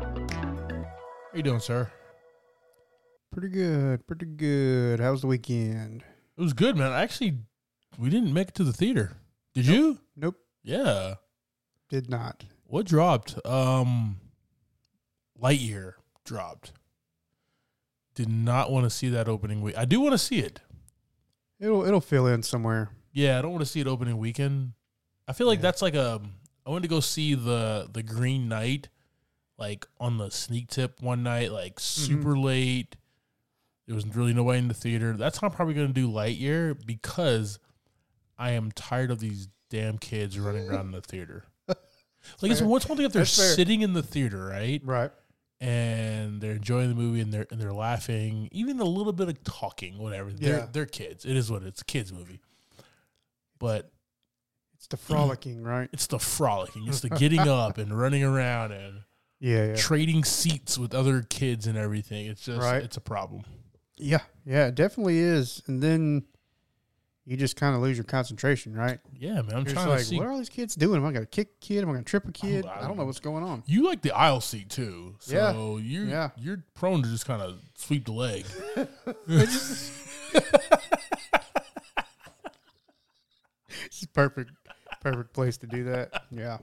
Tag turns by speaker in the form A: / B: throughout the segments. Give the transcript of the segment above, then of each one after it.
A: How you doing, sir?
B: Pretty good, pretty good. How was the weekend?
A: It was good, man. Actually, we didn't make it to the theater. Did you?
B: Nope,
A: Yeah.
B: did not.
A: What dropped? Um, Lightyear dropped. Did not want to see that opening week. I do want to see it.
B: It'll it'll fill in somewhere.
A: Yeah, I don't want to see it opening weekend. I feel like
B: Yeah.
A: that's like a. I wanted to go see the the Green Knight, like on the sneak tip one night, like
B: Mm-hmm.
A: super late. There was really nobody in the theater. That's how I'm probably going to do Lightyear because I am tired of these damn kids running around in the theater. Like it's
B: fair.
A: what's one thing if they're
B: That's fair.
A: sitting in the theater, right?
B: Right.
A: and they're enjoying the movie and they're and they're laughing, even a little bit of talking, whatever. They're
B: Yeah.
A: they're kids. It is what it is. It's a kids movie. But
B: It's the frolicking, right?
A: it's the frolicking, it's the getting up and running around and
B: Yeah, yeah.
A: trading seats with other kids and everything. It's just
B: Right.
A: it's a problem.
B: yeah, yeah, it definitely is. And then you just kind of lose your concentration, right?
A: Yeah, man. I'm
B: You're just
A: trying
B: like,
A: to see
B: what are all these kids doing? Am I going to kick a kid? Am I going to trip a kid? I don't know what's going on.
A: you like the aisle seat too. So you
B: yeah.
A: you're prone to just kind of sweep the leg.
B: It's perfect, perfect place to do that. Yeah.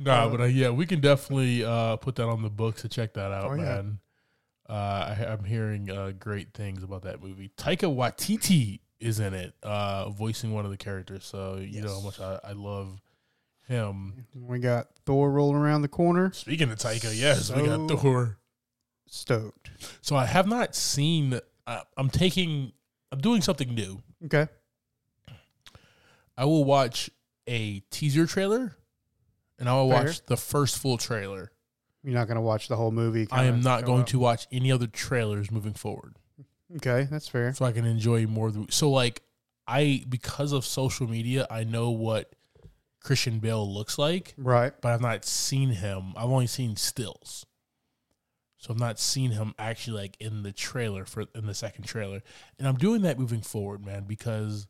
A: Nah, but uh, yeah, we can definitely uh, put that on the books to check that out,
B: Oh, yeah.
A: man. Uh, I, I'm hearing uh, great things about that movie. Taika Waititi is in it, uh, voicing one of the characters. So you know how much I, I love him.
B: We got Thor rolling around the corner.
A: Speaking of Taika, yes, we got
B: So-
A: Thor.
B: Stoked.
A: So I have not seen. Uh, I'm taking. I'm doing something new.
B: Okay.
A: I will watch a teaser trailer, and I will
B: Fair.
A: watch the first full trailer.
B: You're not going to watch the whole movie.
A: I am
B: kinda
A: not
B: go
A: going
B: up.
A: to watch any other trailers moving forward.
B: Okay, that's fair.
A: so I can enjoy more. Of the, so like I because of social media, I know what Christian Bale looks like,
B: Right.
A: but I've not seen him. I've only seen stills, so I've not seen him actually like in the trailer for in the second trailer. And I'm doing that moving forward, man, because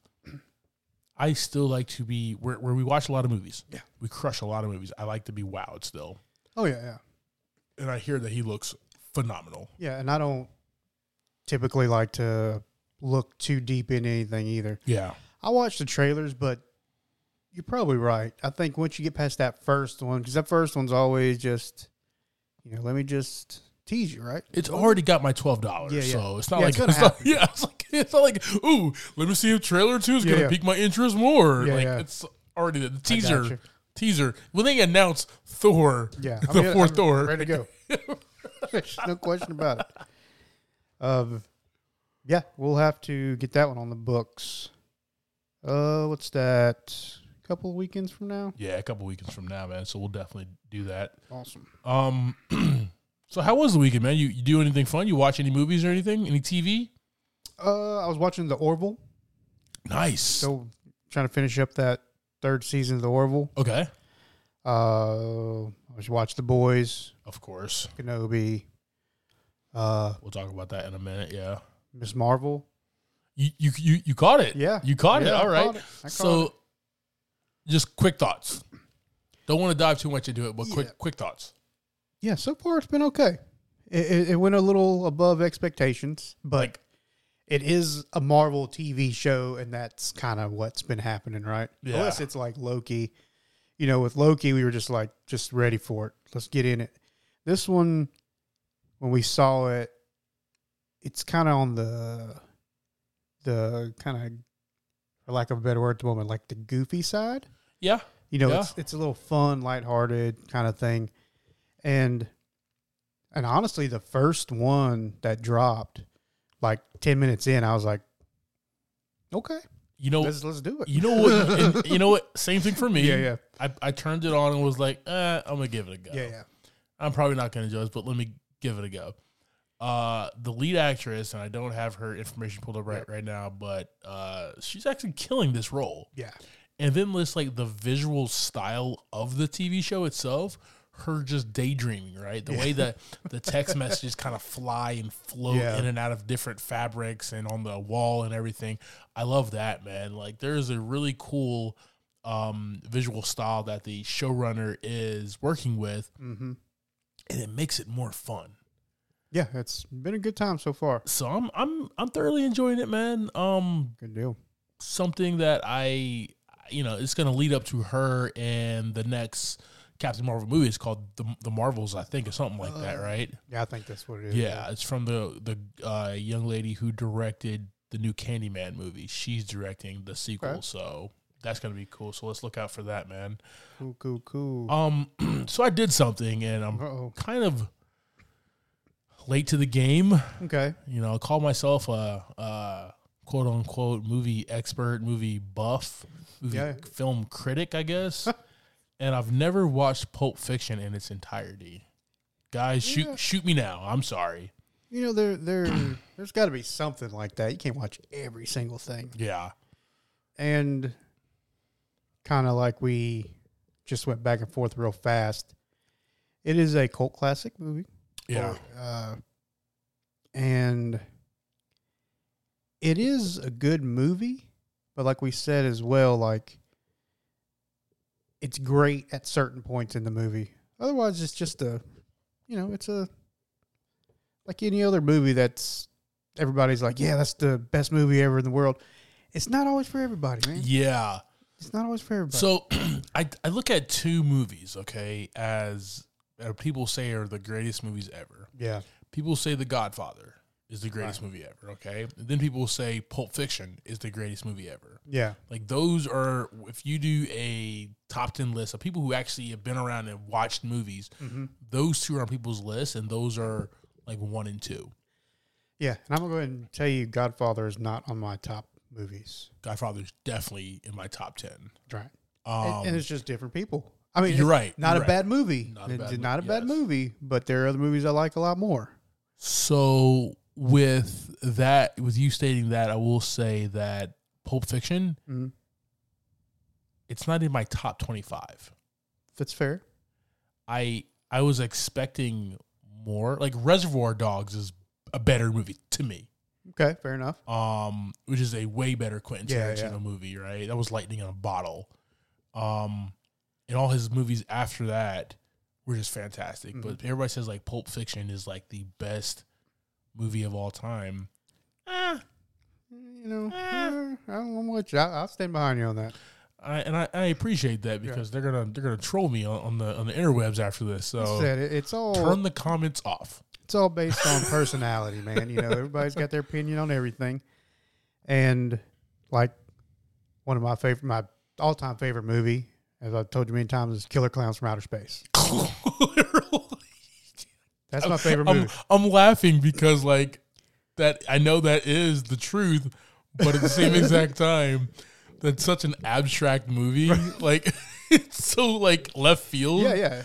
A: I still like to be where where we watch a lot of movies.
B: Yeah.
A: we crush a lot of movies. I like to be wowed still,
B: Oh, yeah, yeah.
A: and I hear that he looks phenomenal.
B: Yeah, and I don't typically like to look too deep in anything either.
A: Yeah,
B: I watch the trailers, but you're probably right. I think once you get past that first one, because that first one's always just, you know, let me just tease you, right?
A: it's already got my twelve dollars,
B: Yeah, yeah.
A: so it's not
B: Yeah,
A: like
B: it's
A: it's,
B: gonna
A: not, yeah, it's like it's not like ooh, let me see if trailer two is
B: Yeah,
A: gonna
B: yeah.
A: pique my interest more.
B: Yeah,
A: like
B: yeah.
A: it's already the teaser,
B: you.
A: teaser. When they announce Thor,
B: Yeah,
A: the
B: good-
A: fourth Thor,
B: ready to go. There's no question about it. Um, yeah, we'll have to get that one on the books. Uh, what's that? A couple of weekends from now.
A: yeah, a couple weekends from now, man. So we'll definitely do that.
B: Awesome.
A: Um, So how was the weekend, man? You, you do anything fun? You watch any movies or anything? Any TV?
B: Uh, I was watching the Orville,
A: Nice.
B: so trying to finish up that third season of the Orville.
A: okay.
B: Uh, I just watched The Boys,
A: Of course.
B: Kenobi, uh,
A: We'll talk about that in a minute. Yeah.
B: Miss Marvel.
A: You you you, you caught it.
B: Yeah.
A: You caught it.
B: Yeah, I
A: All right.
B: caught it. I caught
A: so just quick thoughts. Don't want to dive too much into it, but
B: Yeah.
A: quick quick thoughts.
B: Yeah, so far it's been okay. It, it, it went a little above expectations, but
A: Like-
B: it is a Marvel TV show, and that's kind of what's been happening, right?
A: Yeah.
B: Unless it's like Loki. You know, with Loki, we were just like, just ready for it. Let's get in it. This one, when we saw it, it's kind of on the, the kind of, for lack of a better word at the moment, like the goofy side
A: Yeah.
B: you know,
A: Yeah.
B: it's it's a little fun, lighthearted kind of thing. And and honestly, the first one that dropped, like ten minutes in, I was like, Okay,
A: You know
B: let's let's do it.
A: you know what and you know what? Same thing for me.
B: Yeah, yeah.
A: I, I turned it on and was like, eh, I'm gonna give it a go.
B: yeah, yeah.
A: I'm probably not going to judge, but let me give it a go. Uh, the lead actress, and I don't have her information pulled up right, right now, but uh, she's actually killing this role.
B: Yeah.
A: And then this like the visual style of the TV show itself, her just daydreaming, right? The way that the text messages kind of fly and float
B: Yeah.
A: in and out of different fabrics and on the wall and everything. I love that, man. Like there is a really cool um, visual style that the showrunner is working with
B: hmm
A: and it makes it more fun.
B: Yeah, it's been a good time so far.
A: So I'm I'm I'm thoroughly enjoying it, man. Um,
B: Good deal.
A: something that I you know it's gonna lead up to her and the next Captain Marvel movie. It's called the the Marvels, I think, or something like
B: Oh,
A: that, right?
B: Yeah, I think that's what it is.
A: Yeah, it's from the the uh, young lady who directed the new Candyman movie. She's directing the sequel,
B: Okay.
A: so that's gonna be cool. So let's look out for that, man.
B: Cool, cool, cool.
A: Um, so I did something, and I'm
B: Uh-oh.
A: kind of late to the game.
B: okay.
A: you know, call myself a, a quote unquote movie expert, movie buff, movie
B: Yeah.
A: film critic, I guess. and I've never watched Pulp Fiction in its entirety. Guys,
B: Yeah.
A: shoot shoot me now. I'm sorry.
B: You know, there there there's gotta be something like that. You can't watch every single thing.
A: Yeah.
B: and kind of like we just went back and forth real fast. It is a cult classic movie,
A: Yeah.
B: uh, and it is a good movie. But like we said as well, like it's great at certain points in the movie. Otherwise, it's just a, you know, it's a like any other movie that's everybody's like, yeah, that's the best movie ever in the world. It's not always for everybody, man.
A: Yeah.
B: It's not always for everybody.
A: So I I look at two movies, okay, as uh, people say are the greatest movies ever.
B: yeah,
A: People say The Godfather is the greatest movie ever, okay? then people say Pulp Fiction is the greatest movie ever.
B: yeah,
A: Like those are if you do a top ten list of people who actually have been around and watched movies,
B: Mm-hmm.
A: those two are on people's lists, and those are like one and two.
B: yeah. And I'm gonna go ahead and tell you, Godfather is not on my top movies.
A: Godfather's definitely in my top ten.
B: Right,
A: Um,
B: and, and it's just different people. I mean,
A: You're
B: it's
A: right,
B: Not
A: you're
B: a
A: right.
B: bad movie.
A: Not a
B: It's
A: bad
B: not a
A: mo-
B: bad
A: yes.
B: movie, but there are other movies I like a lot more.
A: so with that, with you stating that, I will say that Pulp Fiction,
B: Mhm.
A: it's not in my top twenty-five.
B: That's fair.
A: I I was expecting more. Like Reservoir Dogs is a better movie to me.
B: Okay, fair enough.
A: um, which is a way better Quentin
B: Yeah,
A: Tarantino
B: yeah.
A: movie, right? That was lightning in a bottle. Um, and all his movies after that were just fantastic. But
B: Mm-hmm.
A: everybody says like Pulp Fiction is like the best movie of all time. Ah,
B: You know, eh, I don't know much. I, I'll stand behind you on that.
A: I, and I, I appreciate that because they're gonna they're gonna troll me on, on the on the interwebs after this.
B: I
A: So
B: Said it, it's all
A: turn the comments off.
B: it's all based on personality, man. You know, everybody's got their opinion on everything. And like one of my favorite, my all time favorite movie, as I've told you many times, is Killer Clowns from Outer Space. That's my favorite movie.
A: I'm, I'm laughing because like that I know that is the truth, but at the same exact time, that's such an abstract movie. Like it's so like left field.
B: yeah, yeah.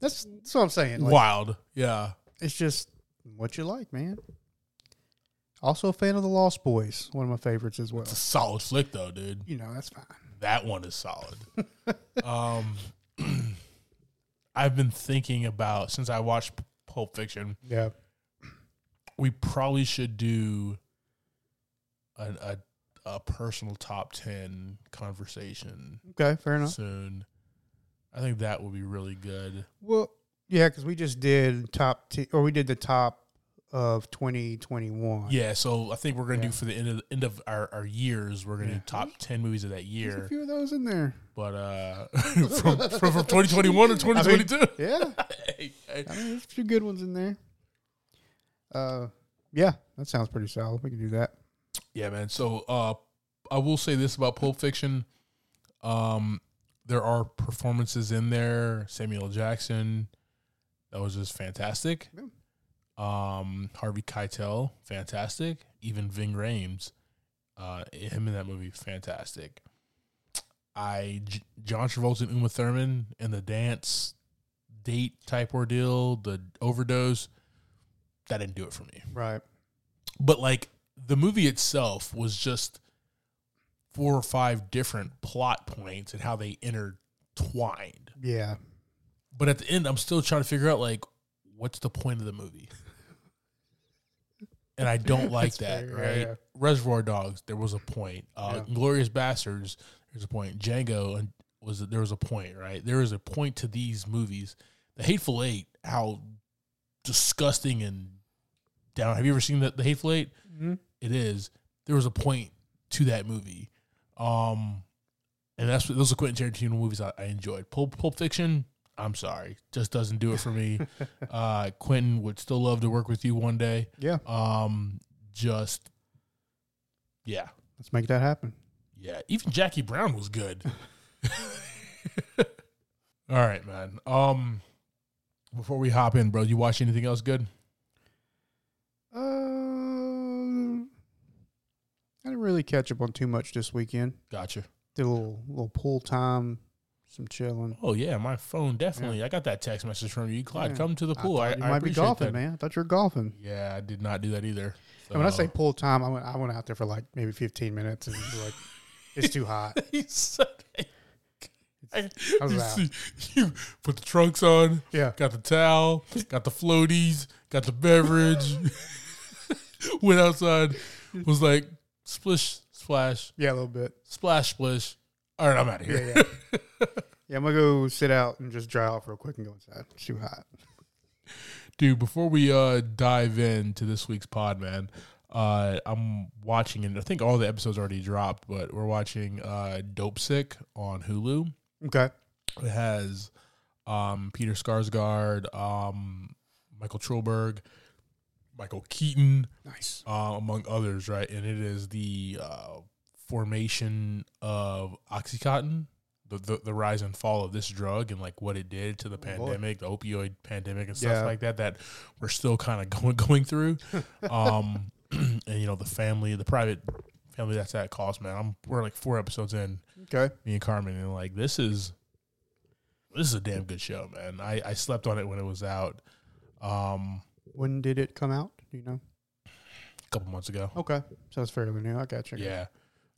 B: That's, that's what I'm saying. Like,
A: Wild. Yeah.
B: It's just what you like, man. Also a fan of the Lost Boys, one of my favorites as well.
A: It's a solid flick though, dude.
B: You know, that's fine.
A: That one is solid. um, I've been thinking about since I watched Pulp Fiction.
B: Yeah.
A: we probably should do an, a a personal top ten conversation
B: Okay, fair enough.
A: soon. I think that would be really good.
B: Well, yeah, because we just did top t- or we did the top of 2021.
A: Yeah, so I think we're gonna
B: Yeah.
A: do for the end of end of our, our years, we're gonna
B: Yeah.
A: do top ten movies of that
B: There's a
A: year.
B: few of those in there.
A: But uh from from, from twenty twenty one to twenty twenty two.
B: Yeah. I mean, there's a few good ones in there. Uh, yeah, that sounds pretty solid. We can do that.
A: Yeah, man. So uh I will say this about Pulp Fiction. Um there are performances in there. Samuel L. Jackson, that was just fantastic.
B: Yeah.
A: Um Harvey Keitel, fantastic. Even Ving Rhames, uh him in that movie, fantastic. I J- John Travolta and Uma Thurman and the dance date type ordeal, the overdose, that didn't do it for me
B: Right.
A: but like the movie itself was just four or five different plot points and how they intertwined.
B: Yeah.
A: But at the end, I'm still trying to figure out like what's the point of the movie. And I don't like that,
B: That's fair,
A: right?
B: yeah, yeah.
A: Reservoir Dogs, there was a point. Uh,
B: Yeah.
A: Glorious Bastards, there's a point. Django and was there was a point, right? There is a point to these movies. The Hateful Eight, how disgusting and down. Have you ever seen the, the Hateful Eight?
B: Mhm.
A: It is. There was a point to that movie, um, and that's what, those are Quentin Tarantino movies I, I enjoyed. Pulp, Pulp Fiction. I'm sorry, just doesn't do it for me. uh, Quentin would still love to work with you one day.
B: Yeah.
A: Um, just yeah,
B: Let's make that happen.
A: yeah. Even Jackie Brown was good. All right, man. Um, before we hop in, bro, you watch anything else good?
B: Uh, Um, I didn't really catch up on too much this weekend.
A: Gotcha.
B: Did a little little pool time, some chilling.
A: Oh yeah, my phone definitely. I got that text message from you, Clyde.
B: Yeah.
A: Come to the
B: I
A: pool.
B: thought
A: I,
B: you
A: I
B: might be
A: appreciate
B: golfing,
A: that.
B: man. I thought you were golfing.
A: Yeah, I did not do that either.
B: And when I say
A: So-
B: pool time, I went I went out there for like maybe 15 minutes and was like it's too hot.
A: He said-
B: I was
A: you,
B: out.
A: see- you put the trunks on.
B: Yeah.
A: Got the towel. Got the floaties. Got the beverage. Went outside. Was like splish splash
B: Yeah, a little bit.
A: splash splish. All right, I'm out of here.
B: Yeah, yeah. yeah, I'm gonna go sit out and just dry off real quick and go inside. It's too hot.
A: dude before we uh dive into this week's pod man uh i'm watching and i think all the episodes already dropped but we're watching uh dope sick on hulu
B: Okay.
A: it has um peter skarsgård um michael Trollberg, michael keaton
B: Nice.
A: uh, among others right and it is the uh formation of oxycontin the, the, the rise and fall of this drug and like what it did to the
B: Oh, boy.
A: pandemic, the opioid pandemic and stuff
B: Yeah.
A: like that that we're still kind of going going through. um, and you know the family, the private family that's at cost, man. I'm we're like four episodes in,
B: Okay.
A: me and Carmen, and like this is this is a damn good show, man. I I slept on it when it was out, um,
B: When did it come out? Do you know?
A: a couple months ago.
B: Okay. So it's fairly new. I got you.
A: Yeah,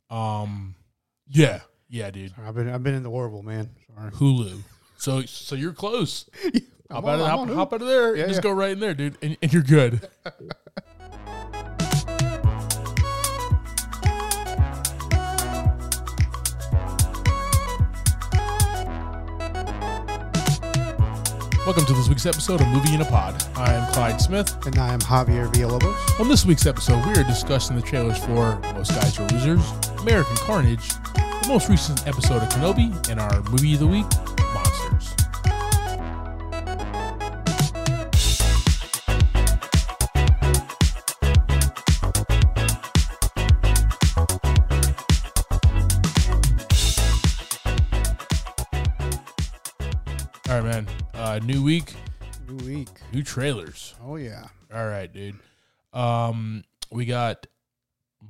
A: um, yeah, yeah, dude.
B: Sorry, I've been I've been in the horrible man. Sorry.
A: Hulu. So so you're close.
B: I'm
A: Hop out, of,
B: I'm
A: hop,
B: who?
A: hop out of there.
B: Yeah,
A: just
B: yeah.
A: go right in there, dude, and, and you're good. Welcome to this week's episode of Movie in a Pod. I am Clyde Smith.
B: And I am Javier Villalobos.
A: On this week's episode, we are discussing the trailers for Most Guys Are Losers, American Carnage, the most recent episode of Kenobi, and our movie of the week, Monsters. All right, man. Uh, new week,
B: New week.
A: new trailers.
B: Oh yeah.
A: All right, dude. Um, we got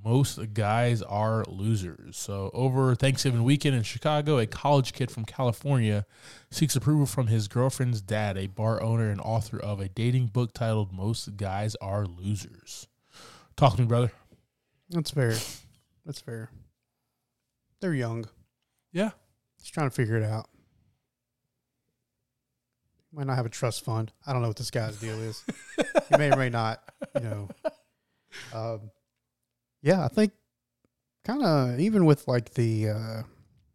A: most guys are losers. So, over Thanksgiving weekend in Chicago, a college kid from California seeks approval from his girlfriend's dad, a bar owner and author of a dating book titled Most Guys Are Losers. Talk to me, brother.
B: That's fair. That's fair. They're young.
A: Yeah.
B: Just trying to figure it out. Might not have a trust fund. I don't know what this guy's deal is. he may or may not. You know. Um, yeah, I think kind of even with like the uh,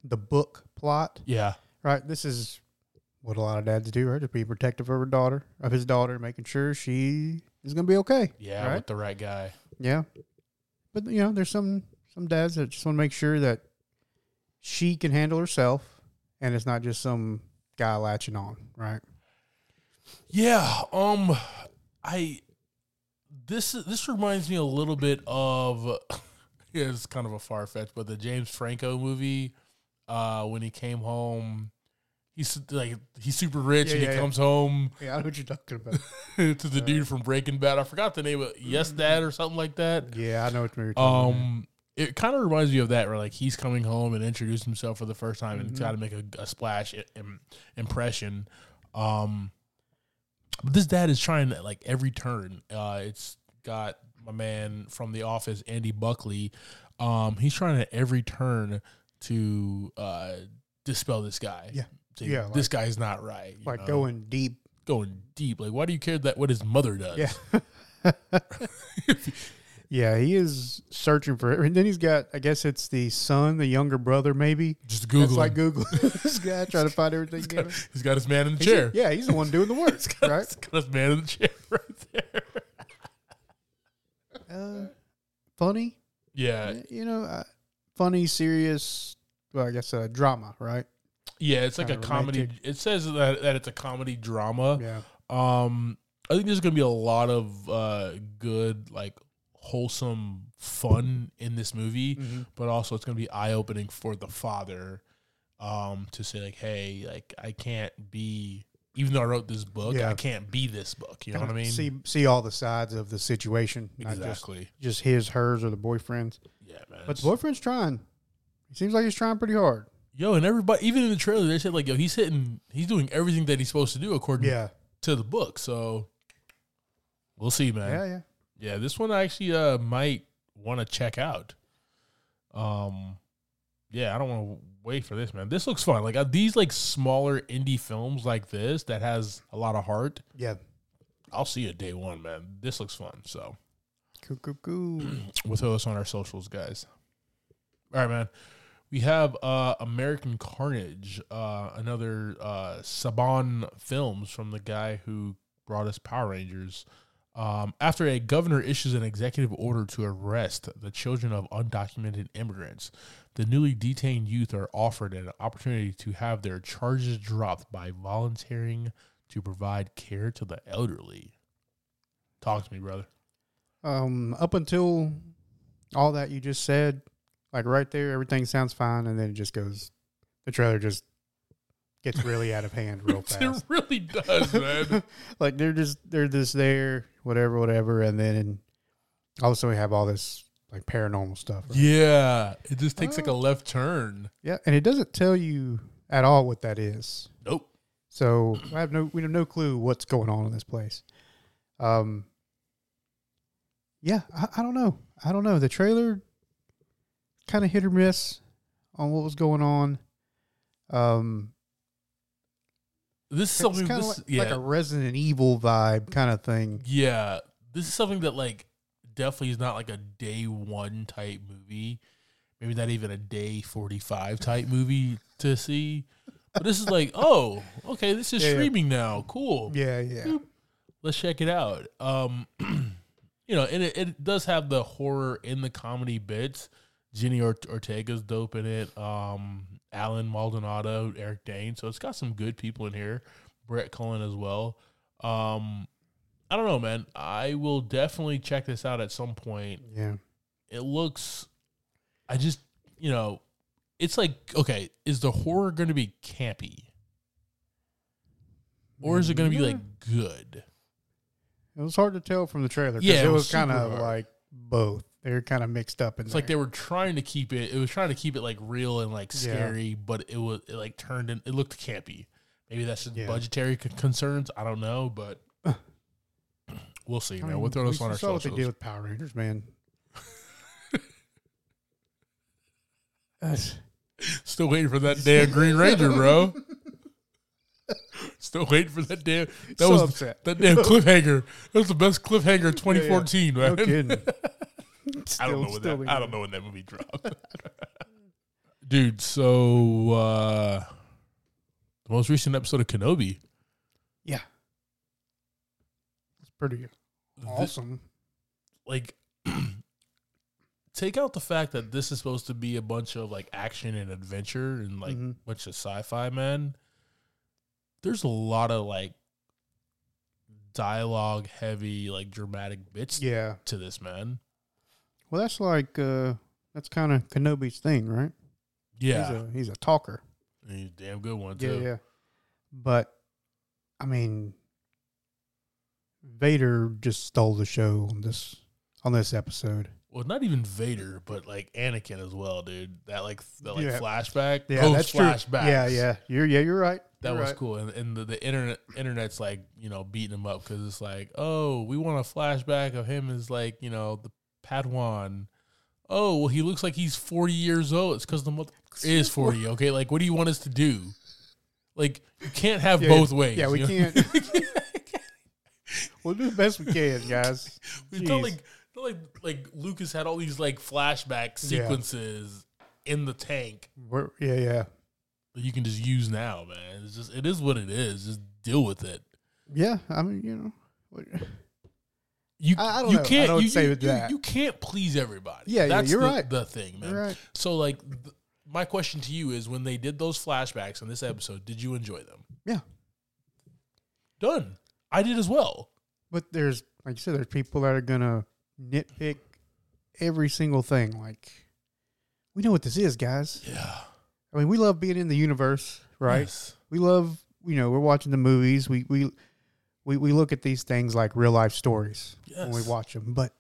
B: the book plot,
A: Yeah.
B: right? This is what a lot of dads do, right? To be protective of her daughter, of his daughter, making sure she is going to be okay.
A: Yeah.
B: right?
A: With the right guy.
B: Yeah, but you know, there's some some dads that just want to make sure that she can handle herself, and it's not just some guy latching on, right?
A: Yeah. Um, I this this reminds me a little bit of yeah, it's kind of a far fetch, but the James Franco movie. Uh, when he came home, he's like he's super rich,
B: Yeah,
A: and he
B: yeah, yeah.
A: comes home
B: Yeah, I know what you're talking about.
A: to the dude from Breaking Bad. I forgot the name of
B: Mm-hmm.
A: Yes Dad or something like that.
B: yeah, I know what you're talking about.
A: Um, it kind of reminds me of that, where like he's coming home and introduced himself for the first time
B: Mm-hmm.
A: and got to make a, a splash i- im- impression. Um, but this dad is trying at like every turn. Uh, it's got my man from the office, Andy Buckley. Um, he's trying at every turn to uh, dispel this guy.
B: Yeah.
A: Say,
B: Yeah,
A: this guy's not right. you
B: Like
A: know?
B: going deep.
A: going deep. Like, why do you care that what his mother does?
B: Yeah. yeah, he is searching for it. And then he's got, I guess it's the son, the younger brother, maybe.
A: Just Google.
B: It's like Google. this guy trying to find everything. you know?
A: He's got his man in the
B: He's-
A: chair.
B: Yeah, he's the one doing the work, right?
A: That's kind of man in the chair right there.
B: Uh, funny,
A: Yeah,
B: you know, uh, funny, serious, well, I guess uh, drama, right?
A: yeah. It's like a
B: Kinda
A: comedy.
B: romantic.
A: It says that, that it's a comedy drama.
B: Yeah.
A: Um, I think there's gonna be a lot of uh good, like wholesome fun in this movie,
B: Mm.
A: but also it's gonna be eye opening for the father, um, to say like, hey, like I can't be, even though I wrote this book,
B: Yeah.
A: I can't be this book. You know what I mean?
B: See, see all the sides of the situation, not just,
A: exactly.
B: just his, hers, or the boyfriend's.
A: yeah, man.
B: But the boyfriend's trying. He seems like he's trying pretty hard.
A: Yo, and everybody, even in the trailer, they said like, "Yo, he's hitting, he's doing everything that he's supposed to do according to the book." So we'll see, man.
B: Yeah,
A: Yeah,
B: yeah.
A: this one I actually uh, might want to check out. Um, yeah, I don't want to wait for this, man. This looks fun. Like uh, these, like smaller indie films like this that has a lot of heart.
B: Yeah.
A: I'll see it day one, man. This looks fun. So
B: Cool, cool, cool.
A: we'll throw this on our socials, guys. All right, man. We have uh, American Carnage, uh, another uh, Saban films from the guy who brought us Power Rangers. Um, after a governor issues an executive order to arrest the children of undocumented immigrants, the newly detained youth are offered an opportunity to have their charges dropped by volunteering to provide care to the elderly. Talk to me, brother.
B: Um, up until all that you just said, like right there, everything sounds fine, and then it just goes. The trailer just gets really out of hand real
A: It
B: fast.
A: really does, man.
B: like they're just they're just there, whatever, whatever, and then all of a sudden we have all this like paranormal stuff. right? Oh.
A: yeah, it just takes like a left turn.
B: yeah, and it doesn't tell you at all what that is.
A: Nope.
B: So I have no we have no clue what's going on in this place. Um Yeah, I, I don't know. I don't know. The trailer kind of hit or miss on what was going on. Um
A: This is
B: it's
A: something.
B: kind of
A: This,
B: like,
A: yeah,
B: like a Resident Evil vibe kind of thing.
A: yeah. This is something that like definitely is not like a day one type movie. Maybe not even a day forty five type movie to see. But this is like, oh, okay, this is
B: Yeah, yeah.
A: streaming now. Cool.
B: Yeah, yeah.
A: let's check it out. Um, you know, and it, it does have the horror in the comedy bits. Jenny Ort- Ortega's dope in it. Um, Alan Maldonado, Eric Dane. So it's got some good people in here. Brett Cullen as well. Um, I don't know, man. I will definitely check this out at some point.
B: Yeah.
A: It looks, I just, you know, it's like, okay, is the horror going to be campy? Or is it going to be like good?
B: It was hard to tell from the trailer cuz
A: Yeah,
B: it
A: it
B: was
A: was
B: kind
A: super
B: of
A: hard.
B: like both. They're kind of mixed up in
A: It's
B: there.
A: like they were trying to keep it. It was trying to keep it like real and like
B: Yeah.
A: scary, but it was it like turned in. It looked campy. Maybe that's just
B: Yeah.
A: budgetary c- concerns. I don't know, but we'll see,
B: I
A: man.
B: mean,
A: we'll throw this
B: we
A: on our
B: saw what they did
A: socials.
B: with Power Rangers, man. That's-
A: Still waiting for that damn Green Ranger, bro. Still waiting for that damn. That
B: So
A: was
B: upset.
A: that damn cliffhanger. That was the best cliffhanger of 2014,
B: no
A: man.
B: kidding.
A: I don't
B: Still-
A: know when
B: still
A: that,
B: we
A: I don't know when that movie dropped. Dude, so uh the most recent episode of Kenobi.
B: Yeah. It's pretty awesome.
A: like take out the fact that this is supposed to be a bunch of like action and adventure and like
B: Mhm.
A: bunch of sci-fi man there's a lot of like dialogue heavy like dramatic bits
B: Yeah.
A: to this man
B: Well, that's like, uh, that's kind of Kenobi's thing, right?
A: yeah
B: He's a, he's a talker.
A: And he's a damn good one
B: Yeah,
A: too
B: yeah. But, I mean, Vader just stole the show on this on this episode.
A: well not even vader but like anakin as well dude that like that like
B: Yeah.
A: flashback
B: Yeah,
A: those
B: that's true.
A: flashbacks
B: Yeah, yeah. You're yeah, you're right.
A: That
B: You're
A: was
B: right.
A: cool, and, and the, the internet internet's like you know beating him up because it's like, oh, we want a flashback of him as like you know the Padawan. Oh, well, he looks like he's forty years old. It's because the mother is forty. Okay, like what do you want us to do? Like you can't have
B: Yeah,
A: both ways.
B: Yeah, we
A: you know?
B: can't. we'll do the best we can, guys.
A: It's not
B: Jeez.
A: like not like like Lucas had all these like flashback
B: Yeah.
A: sequences in the tank
B: We're, yeah, yeah,
A: that you can just use now, man. It's just it is what it is. Just deal with it.
B: yeah. I mean, you know, what-
A: You,
B: I- I don't
A: you
B: know. I
A: can't
B: don't
A: you,
B: say
A: you-
B: with
A: you-
B: that.
A: you can't please everybody.
B: Yeah, yeah,
A: that's
B: you're
A: the,
B: right.
A: The thing, man.
B: You're right.
A: So like, th- my question to you is: When they did those flashbacks in this episode, did you enjoy them?
B: yeah.
A: Done. I did as well.
B: But there's, like you said, there's people that are gonna nitpick every single thing. Like, we know what this is, guys.
A: Yeah.
B: I mean, we love being in the universe, right?
A: Yes.
B: We love, you know, we're watching the movies. We we we we look at these things like real life stories when we
A: Yes.
B: watch them. But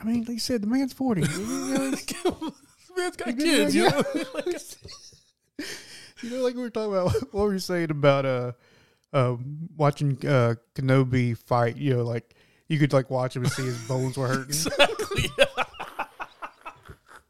B: I mean, like you said, the man's forty. You know, he's-
A: Man's got
B: Like,
A: kids. You
B: yeah.
A: know? Like,
B: You know, like we were talking about what were you saying about uh, um, watching uh, Kenobi fight. You know, like you could like watch him and see his bones were hurting.
A: exactly.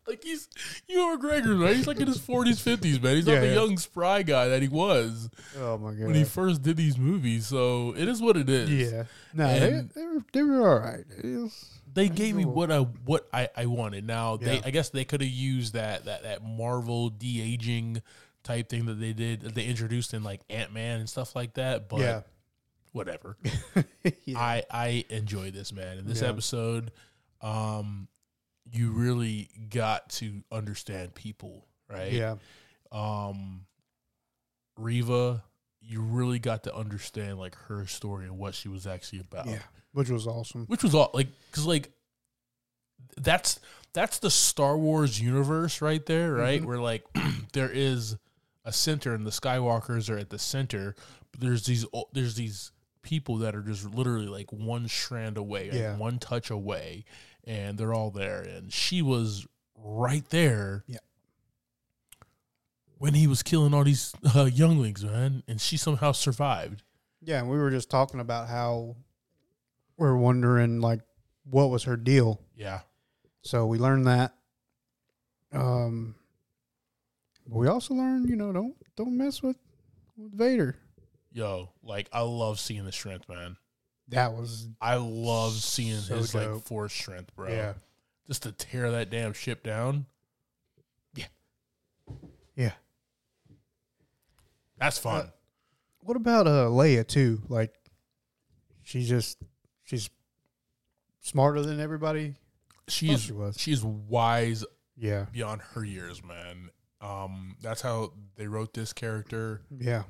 A: like he's you McGregor, man. He's like in his forties, fifties, man. He's
B: Yeah,
A: not the
B: yeah.
A: young spry guy that he was
B: oh my god!
A: when he first did these movies. So it is what it is.
B: yeah, no, they,
A: And-
B: they were they were all right. It was-
A: they gave me what I what I, I wanted. Now they
B: Yeah.
A: I guess they could have used that that that Marvel de aging type thing that they did that they introduced in like Ant Man and stuff like that. But
B: yeah,
A: whatever.
B: Yeah.
A: I I enjoy this man. In this
B: Yeah.
A: episode, um, you really got to understand people, right?
B: yeah,
A: um Riva, you really got to understand like her story and what she was actually about
B: yeah, which was awesome.
A: which was all like because like that's that's the Star Wars universe right there,
B: Mm-hmm.
A: right? Where like there is a center and the Skywalkers are at the center, but there's these o- there's these people that are just literally like one strand away, like,
B: Yeah.
A: one touch away, and they're all there. And she was right there,
B: Yeah.
A: When he was killing all these uh, younglings, man, and she somehow survived.
B: Yeah, and we were just talking about how we're wondering like what was her deal.
A: Yeah,
B: So we learned that. Um, but we also learned, you know, don't don't mess with, with Vader.
A: yo, like I love seeing the strength, man.
B: That was
A: I love seeing
B: So
A: his like
B: dope.
A: force strength, bro.
B: yeah,
A: Just to tear that damn ship down.
B: yeah.
A: That's fun.
B: What about uh Leia too? Like, she's just she's smarter than everybody.
A: she is
B: she was.
A: she is wise
B: Yeah,
A: beyond her years, man. Um, that's how they wrote this character.
B: yeah.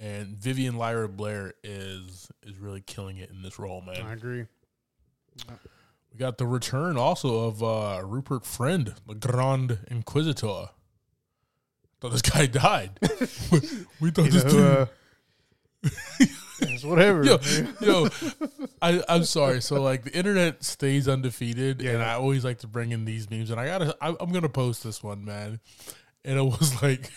A: And Vivian Lyra Blair is is really killing it in this role, man.
B: I agree.
A: We got the return also of uh, Rupert Friend, the Grand Inquisitor. Thought this guy died. we, we thought
B: You uh,
A: this
B: know,
A: dude.
B: uh, It's whatever.
A: yo,
B: dude.
A: yo, I, I'm sorry. So like the internet stays undefeated, and
B: Yeah.
A: I always like to bring in these memes. And I gotta, I, I'm gonna post this one, man. And it was like,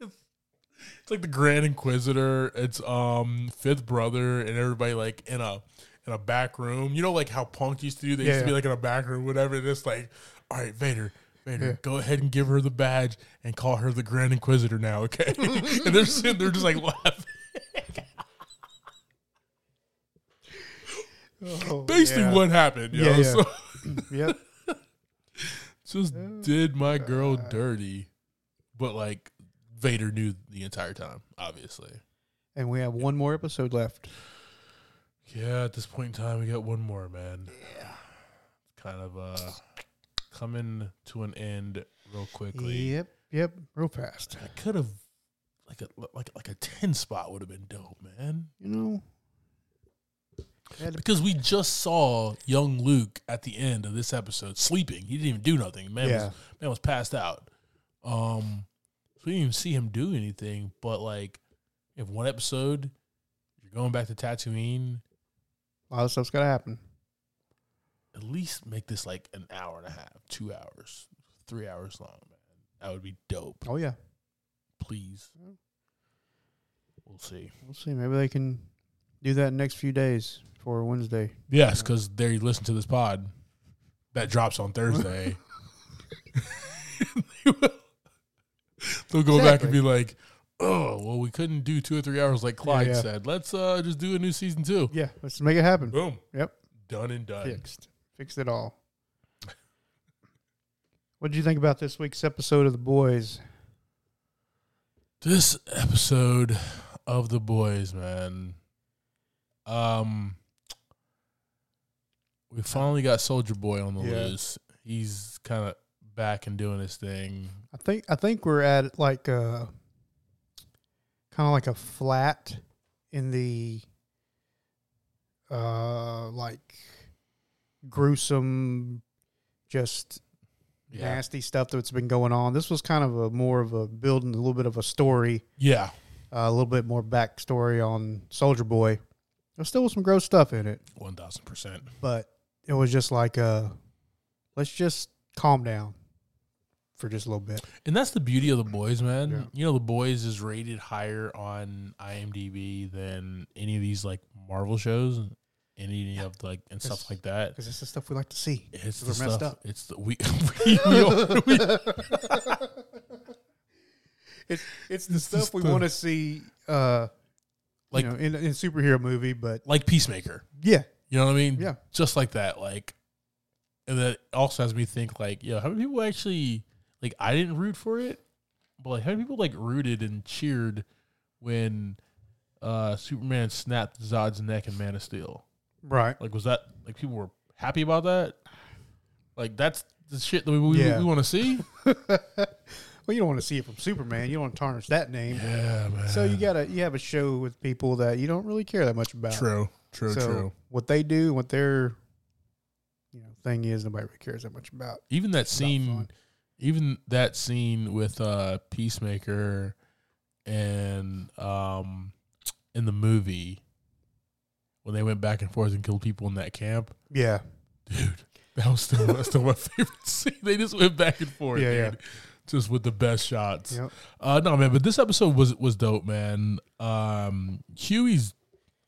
A: it's like the Grand Inquisitor. It's um Fifth Brother, and everybody like in a in a back room. You know, like how Punk used to do. They used to be
B: Yeah.
A: like in a back room, whatever. And it's like, all right, Vader. Vader, go ahead and give her the badge and call her the Grand Inquisitor now, okay? and they're sitting there just like laughing.
B: Oh,
A: basically
B: yeah.
A: what happened. You
B: Yeah,
A: know?
B: yeah.
A: So
B: Yep.
A: just did my girl dirty, but like Vader knew the entire time, obviously.
B: And we have one more episode left.
A: Yeah, at this point in time, we got one more man. Yeah, kind of uh coming to an end real quickly.
B: Yep. Yep. Real fast.
A: I could have like a like like a ten spot would have been dope, man.
B: You know. Had to-
A: Because we just saw young Luke at the end of this episode sleeping. He didn't even do nothing. Man
B: Yeah.
A: was man was passed out. Um so we didn't even see him do anything, but like if one episode you're going back to Tatooine,
B: A lot of stuff's got to happen.
A: at least make this like an hour and a half, two hours, three hours long, man. That would be dope.
B: Oh yeah.
A: Please. We'll see.
B: We'll see. Maybe they can do that in the next few days for Wednesday.
A: Yes, because they listen to this pod that drops on Thursday. They'll go back and be
B: Exactly.
A: like, "Oh, well, we couldn't do two or three hours like Clyde
B: yeah.
A: said. Let's uh, just do a new season two.
B: Yeah. Let's make it happen.
A: Boom,
B: Yep.
A: done and done.
B: Fixed. Fixed it all. What did you think about this week's episode of The Boys?
A: This episode of The Boys, man. Um, we finally got Soldier Boy on the
B: Yeah.
A: loose. He's kind of back and doing his thing.
B: I think I think we're at like a kind of like a flat in the uh like gruesome just nasty stuff that's been going on. This was kind of a more of a building a little bit of a story,
A: yeah.
B: uh, a little bit more backstory on Soldier Boy. There's still some gross stuff in it,
A: One thousand percent.
B: but it was just like uh let's just calm down for just a little bit.
A: And that's the beauty of the boys, man.
B: Yeah.
A: You know, the boys is rated higher on IMDb than any of these like Marvel shows, and any of like and stuff
B: It's-
A: like that.
B: because it's the stuff we like to see.
A: It's
B: 'Cause
A: the
B: we're messed
A: stuff.
B: up.
A: It's the we. we, we, all- we
B: It's it's the
A: the
B: stuff we
A: stuff.
B: want to see, uh,
A: Like-
B: like you know, in in superhero movie. But
A: like Peacemaker.
B: yeah,
A: You know what I mean?
B: Yeah.
A: Just like that, like, and that also has me think like, yo, how many people actually like? I didn't root for it, but like, how many people like rooted and cheered when uh Superman snapped Zod's neck in Man of Steel?
B: right.
A: Like, was that like people were happy about that? Like, that's the shit that we, we,
B: Yeah.
A: we want to see.
B: Well, you don't want to see it from Superman. You don't want to tarnish that name.
A: yeah, man.
B: So you gotta you have a show with people that you don't really care that much about.
A: true, true,
B: so
A: true.
B: What they do, what their you know thing is, nobody really cares that much about.
A: Even that scene,
B: fun.
A: even that scene with uh Peacemaker and um in the movie when they went back and forth and killed people in that camp,
B: Yeah,
A: dude. That was still that's still my favorite scene. They just went back and forth,
B: Yeah, yeah.
A: dude. Just with the best shots.
B: Yep.
A: Uh, no, man, but this episode was was dope, man. Um, Huey's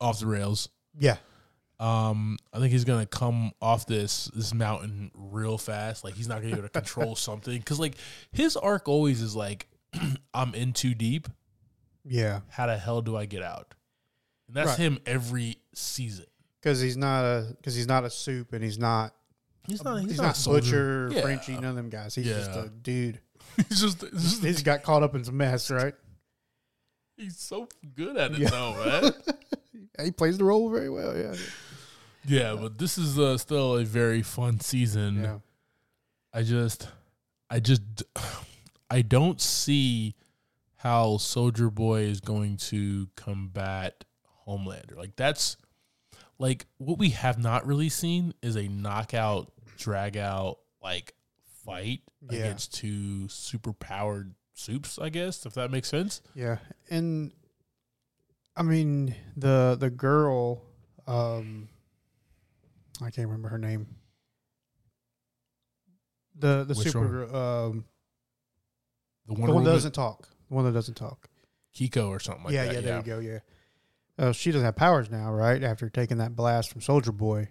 A: off the rails.
B: yeah,
A: Um, I think he's gonna come off this this mountain real fast. Like he's not gonna be able to control something because like his arc always is like, I'm in too deep.
B: yeah.
A: How the hell do I get out? And that's
B: Right.
A: him every season.
B: Because he's not a because he's not a soup and he's not
A: He's
B: he's,
A: a
B: not,
A: soldier.
B: butcher,
A: Yeah.
B: Frenchie, none of them guys. He's just
A: Yeah.
B: a dude.
A: He's just, he's just-
B: He's got caught up in some mess, right?
A: he's so good at it
B: Yeah.
A: though, man.
B: He plays the role very well. Yeah,
A: Yeah, but this is uh, still a very fun season.
B: yeah.
A: I just, I just, I don't see how Soldier Boy is going to combat Homelander. Like that's, like what we have not really seen is a knockout, drag out, like fight
B: Yeah.
A: against two super powered soups. I guess if that makes sense.
B: yeah. And I mean the the girl, um, I can't remember her name. The the
A: Which
B: super um,
A: The
B: the
A: Wonder
B: one that
A: Woman,
B: doesn't talk. The one that doesn't talk.
A: Kiko or something like
B: yeah,
A: that.
B: yeah, there you go. Yeah. Uh, she doesn't have powers now, right? After taking that blast from Soldier Boy.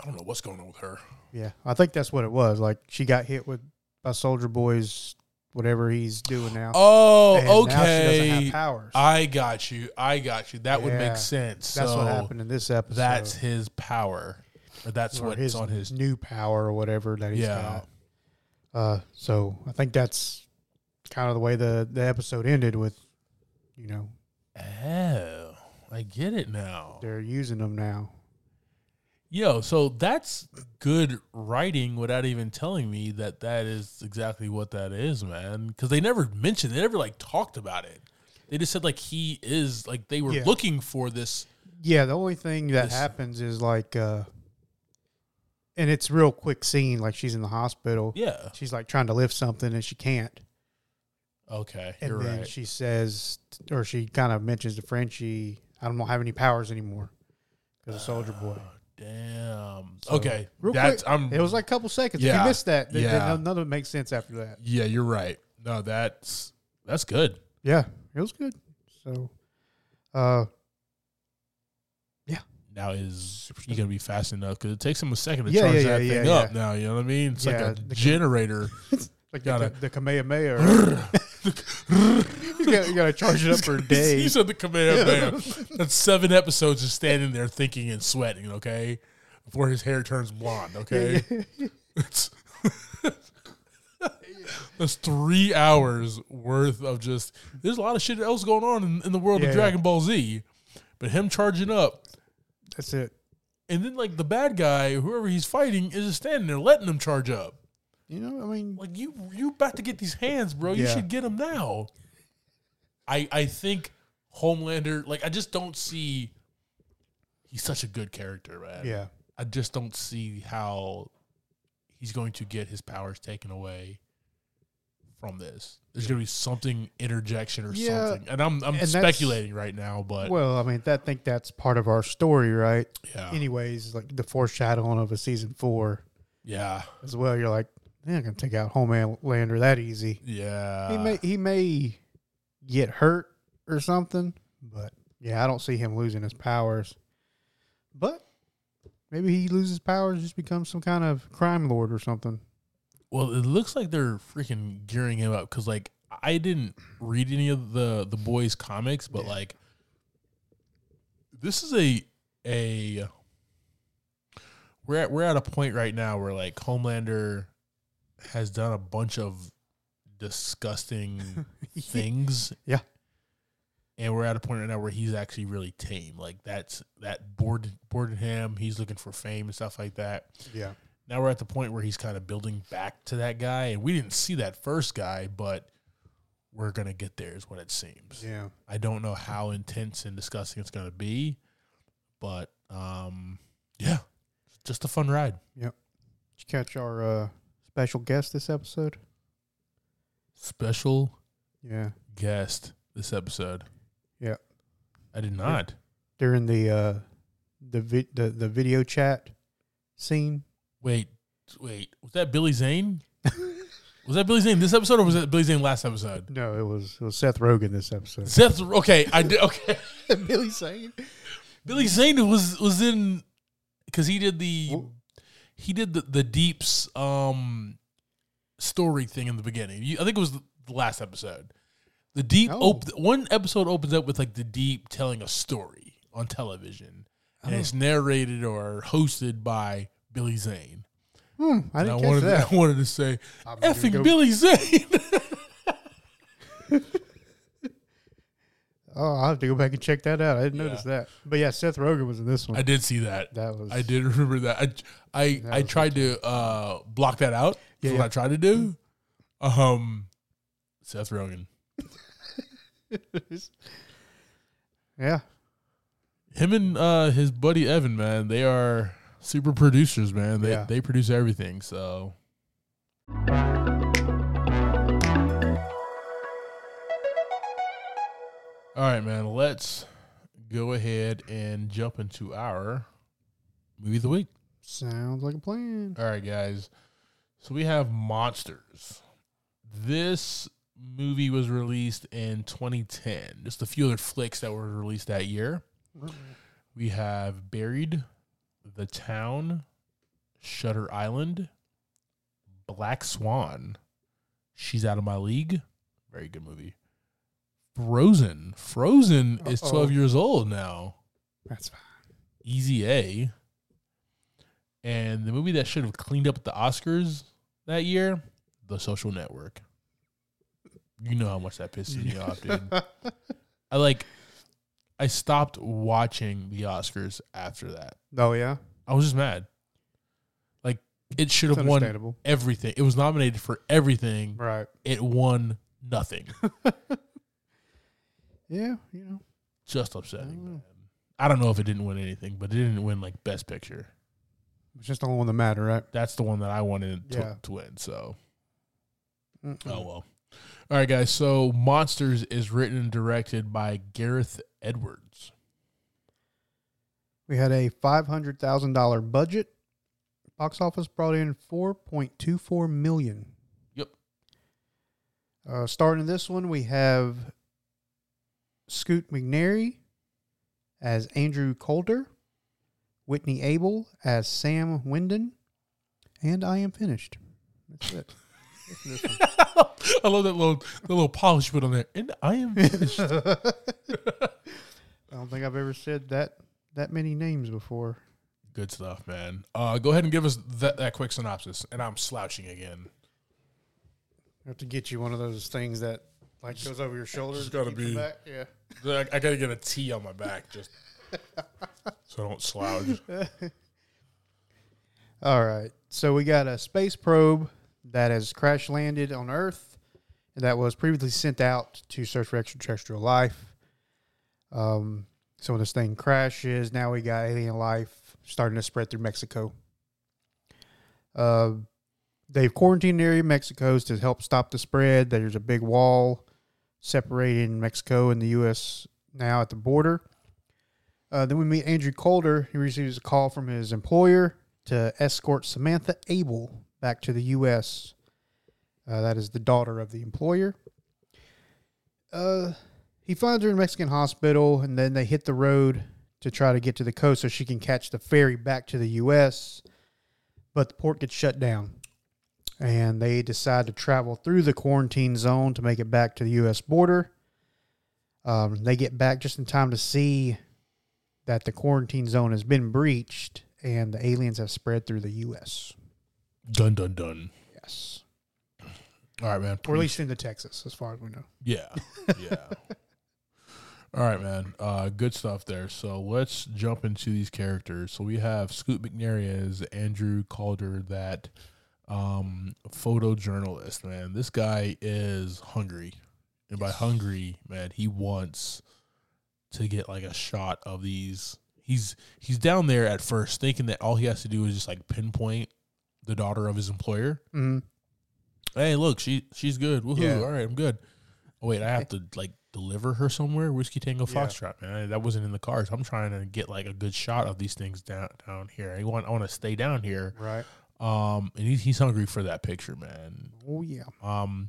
A: I don't know what's going on with her.
B: Yeah, I think that's what it was. Like she got hit with by Soldier Boy's whatever he's doing now.
A: Oh,
B: and Now she doesn't
A: okay.
B: have powers.
A: I got you. I got you. That would
B: Yeah.
A: make sense.
B: that's
A: So
B: what happened in this episode.
A: That's his power, or that's
B: or
A: what's
B: his
A: on his.
B: new power or whatever that he's
A: Yeah.
B: got. Uh, so I think that's kind of the way the the episode ended with. You know,
A: Oh, I get it now.
B: they're using them now.
A: Yo, so that's good writing without even telling me that that is exactly what that is, man. Because they never mentioned, they never like talked about it. They just said like he is like they were
B: Yeah.
A: looking for this.
B: Yeah, the only thing that
A: This-
B: happens is like, uh, and it's real quick scene. Like she's in the hospital.
A: Yeah.
B: She's like trying to lift something and she can't.
A: Okay,
B: And
A: you're
B: then
A: right.
B: she says, or she kind of mentions to Frenchie, I don't have any powers anymore because of Soldier Boy.
A: Damn.
B: So,
A: Uh, okay,
B: real
A: that's
B: quick,
A: I'm.
B: it was like a couple seconds. If
A: Yeah,
B: you missed that, then,
A: yeah.
B: then none of it makes sense after that.
A: yeah, you're right. No, that's that's good.
B: Yeah, it was good. So, uh,
A: Now is you gonna be fast enough because it takes him a second to
B: Yeah,
A: charge
B: yeah,
A: that
B: yeah,
A: thing
B: yeah,
A: up.
B: yeah.
A: Now you know what I mean. It's
B: Yeah,
A: like a
B: the-
A: generator.
B: like
A: Gotta-
B: the, the Kamehameha. Or, you, gotta, you gotta charge it up for a day.
A: He's on the command man. That's seven episodes of standing there thinking and sweating, okay? Before his hair turns blonde, okay? It's- That's three hours worth of just. There's a lot of shit else going on in, in the world
B: Yeah,
A: of
B: yeah.
A: Dragon Ball Z, but him charging up,
B: That's it.
A: and then like the bad guy, whoever he's fighting, is just standing there letting him charge up.
B: You know, I mean,
A: Like you, you about to get these hands, bro. You
B: Yeah.
A: should get them now. I, I think Homelander. Like I just don't see. He's such a good character, man.
B: yeah,
A: I just don't see how he's going to get his powers taken away from this. There's going to be something interjection or
B: Yeah.
A: something, and I'm I'm
B: And that's-
A: speculating right now, but
B: Well, I mean, that, I think that's part of our story, right?
A: yeah,
B: Anyways, like the foreshadowing of a season four
A: yeah,
B: as well. You're like, they're not gonna take out Homelander that easy.
A: yeah.
B: he may he may get hurt or something, but yeah, I don't see him losing his powers. But maybe he loses powers, just becomes some kind of crime lord or something.
A: Well, it looks like they're freaking gearing him up because, like, I didn't read any of the the boys' comics, but like, this is a a we're at we're at a point right now where like Homelander has done a bunch of disgusting things,
B: Yeah.
A: and we're at a point right now where he's actually really tame. Like that's that bored bored him. He's looking for fame and stuff like that
B: Yeah.
A: now we're at the point where he's kind of building back to that guy and we didn't see that first guy but we're going to get there is what it seems
B: Yeah.
A: i don't know how intense and disgusting it's going to be but um yeah just a fun ride
B: Did you catch our uh, special guest this episode?
A: special
B: Yeah.
A: guest this episode
B: Yeah.
A: i did not
B: During the uh the vi- the, the video chat scene.
A: wait wait was that billy zane was that billy zane this episode or was that billy zane last episode
B: No, it was it was Seth Rogen this episode.
A: Seth, okay, I did. Okay,
B: Billy saying
A: Billy Zane was was in because he did the
B: Well-
A: he did the the Deep's um story thing in the beginning. You, I think it was the last episode. The Deep
B: Oh.
A: op- one episode opens up with like the Deep telling a story on television, and
B: Oh.
A: it's narrated or hosted by Billy Zane.
B: Hmm, I
A: And
B: didn't catch
A: wanted
B: that.
A: I wanted to say
B: I'm gonna
A: effing
B: go-
A: Billy Zane.
B: Oh, I'll have to go back and check that out. I didn't notice that. But yeah, Seth Rogen was in this one.
A: I did see that.
B: That was-
A: I did remember that. I I, I
B: was
A: tried to uh, block that out.
B: Yeah,
A: That's what
B: yeah.
A: I tried to do. Um, Seth Rogen,
B: yeah.
A: him and uh, his buddy Evan, man, they are super producers, man. They
B: Yeah.
A: they produce everything. So All right, man. Let's go ahead and jump into our movie of the week.
B: Sounds like a plan.
A: All right, guys. So we have Monsters. This movie was released in 2010. Just a few other flicks that were released that year. We have Buried, The Town, Shutter Island, Black Swan, She's Out of My League. Very good movie. Frozen. Frozen is
B: Uh-oh.
A: 12 years old now.
B: That's fine.
A: Easy A. And the movie that should have cleaned up the Oscars that year, The Social Network. You know how much that pisses me off, dude. I like I stopped watching the Oscars after that.
B: Oh yeah,
A: I was just mad. Like it should
B: It's
A: have won
B: understandable.
A: everything. It was nominated for everything.
B: Right.
A: It won nothing.
B: Yeah, you know.
A: just
B: Mm.
A: upsetting, man. I don't know if it didn't win anything, but it didn't win like best picture.
B: It's just the only one that matter, right?
A: That's the one that I wanted to,
B: Yeah. Mm-hmm.
A: to win. So
B: Mm-mm.
A: Oh well. All right, guys. So Monsters is written and directed by Gareth Edwards.
B: We had a five hundred thousand dollar budget. Box office brought in four point two four million.
A: Yep.
B: Uh, starting this one, we have Scoot McNairy as Andrew Colder, Whitney Abel as Sam Wyndon, and I am finished. That's it.
A: I love that little the little polish you put on there. And I am finished.
B: I don't think I've ever said that that many names before.
A: Good stuff, man. Uh, go ahead and give us that, that quick synopsis. And I'm slouching again.
B: I have to get you one of those things that like goes over your shoulders.
A: just gotta
B: keeps you
A: be-
B: back. yeah.
A: I, I gotta get a T on my back just so I don't slouch.
B: All right. So we got a space probe that has crash landed on Earth that was previously sent out to search for extraterrestrial life. Um, so when this thing crashes, now we got alien life starting to spread through Mexico. Uh, they've quarantined the area of Mexico to help stop the spread. There's a big wall separating Mexico and the U.S. now at the border. Uh, then we meet Andrew Colder. He receives a call from his employer to escort Samantha Abel back to the U.S. Uh, that is the daughter of the employer. Uh, he finds her in a Mexican hospital, and then they hit the road to try to get to the coast so she can catch the ferry back to the U.S. But the port gets shut down, and they decide to travel through the quarantine zone to make it back to the U.S. border. Um, they get back just in time to see that the quarantine zone has been breached and the aliens have spread through the U.S.
A: Dun dun dun.
B: Yes.
A: All right, man.
B: Or at least into Texas, as far as we know.
A: Yeah. Yeah. All right, man. Uh, good stuff there. So let's jump into these characters. So we have Scoot McNairy as Andrew Calder, that um, photojournalist, man. This guy is hungry. And by hungry, man, he wants to get like a shot of these. He's he's down there at first thinking that all he has to do is just like pinpoint the daughter of his employer
B: Mm.
A: hey, look, she she's good. Woohoo!
B: Yeah.
A: All right, I'm good. Oh wait, I have to like deliver her somewhere. Whiskey Tango
B: Yeah.
A: Foxtrot, man. I- that wasn't in the cars. I'm trying to get like a good shot of these things down down here. I want I want to stay down here.
B: Right.
A: Um, and he's he's hungry for that picture, man.
B: Oh, yeah.
A: Um,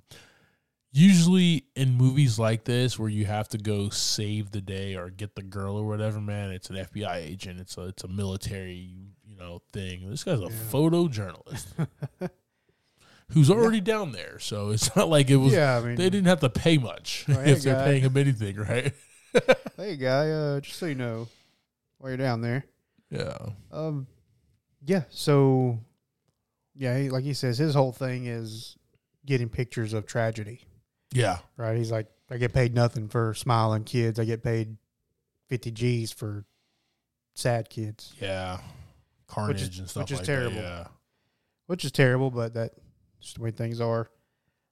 A: usually in movies like this where you have to go save the day or get the girl or whatever, man, it's an FBI agent. It's a it's a military you know thing. This guy's a photojournalist who's already down there, so it's not like it was.
B: Yeah, I mean-
A: they didn't have to pay much
B: Well, hey,
A: if they're
B: guy.
A: paying him anything, right?
B: Hey, guy, uh, just so you know, while you're down there.
A: yeah,
B: Um, yeah, so, yeah, he, like he says, his whole thing is getting pictures of tragedy,
A: yeah,
B: right? He's like, I get paid nothing for smiling kids. I get paid 50 G's for sad kids,
A: yeah. Carnage and stuff
B: which is
A: like
B: terrible.
A: That, yeah.
B: which is terrible, but that's just the way things are.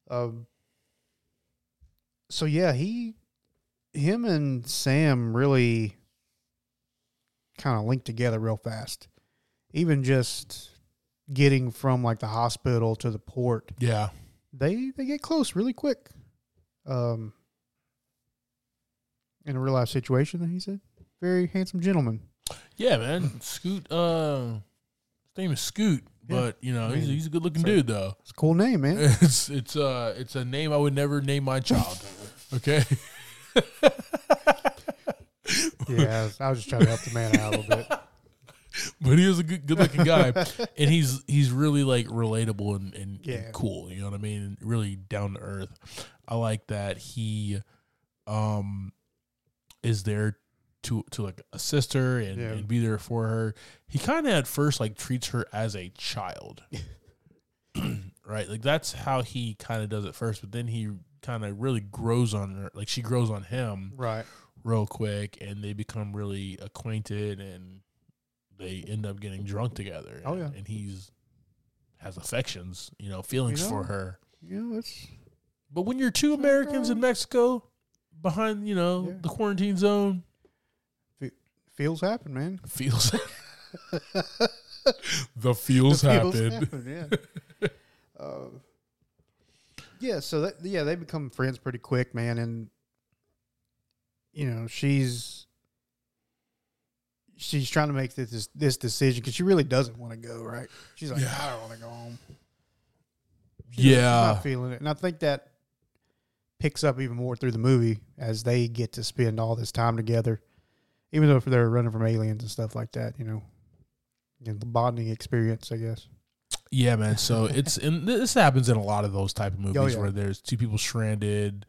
B: Um, so yeah, he, him and Sam really kind of linked together real fast. Even just getting from like the hospital to the port,
A: Yeah,
B: they they get close really quick. Um, in a real life situation, he said. very handsome gentleman.
A: Yeah, man. Scoot. Uh, his name is Scoot, but you know he's,
B: mean,
A: he's a good looking dude though.
B: It's a cool name, man.
A: It's it's uh it's a name I would never name my child. Okay.
B: yeah, I was, I was just trying to help the man out a little bit.
A: but he is a good, good looking guy, and he's he's really like relatable and, and,
B: Yeah.
A: and cool. You know what I mean? And Really down to earth. I like that he, um, is there to to like a sister and,
B: Yeah.
A: and be there for her. He kind of at first like treats her as a child, right? Like that's how he kind of does it first, but then he kind of really grows on her. Like she grows on him,
B: Right.
A: real quick and they become really acquainted and they end up getting drunk together.
B: Oh, yeah.
A: And he's has affections, you know, feelings
B: You know?
A: for her.
B: You know, it's
A: But when you're two Americans in Mexico behind, you know,
B: Yeah.
A: the quarantine zone,
B: fe- feels happen, man.
A: feels the feels happen.
B: happen, yeah. uh, yeah. So that yeah, they become friends pretty quick, man, and you know she's she's trying to make this this, this decision because she really doesn't want to go. Right? She's like,
A: Yeah.
B: I don't want to go home. She's like, I'm
A: Yeah.
B: not feeling it, and I think that picks up even more through the movie as they get to spend all this time together, even though they're running from aliens and stuff like that. You know, and the bonding experience, I guess.
A: Yeah, man. So it's and this happens in a lot of those type of movies
B: Oh, yeah.
A: where there's two people stranded,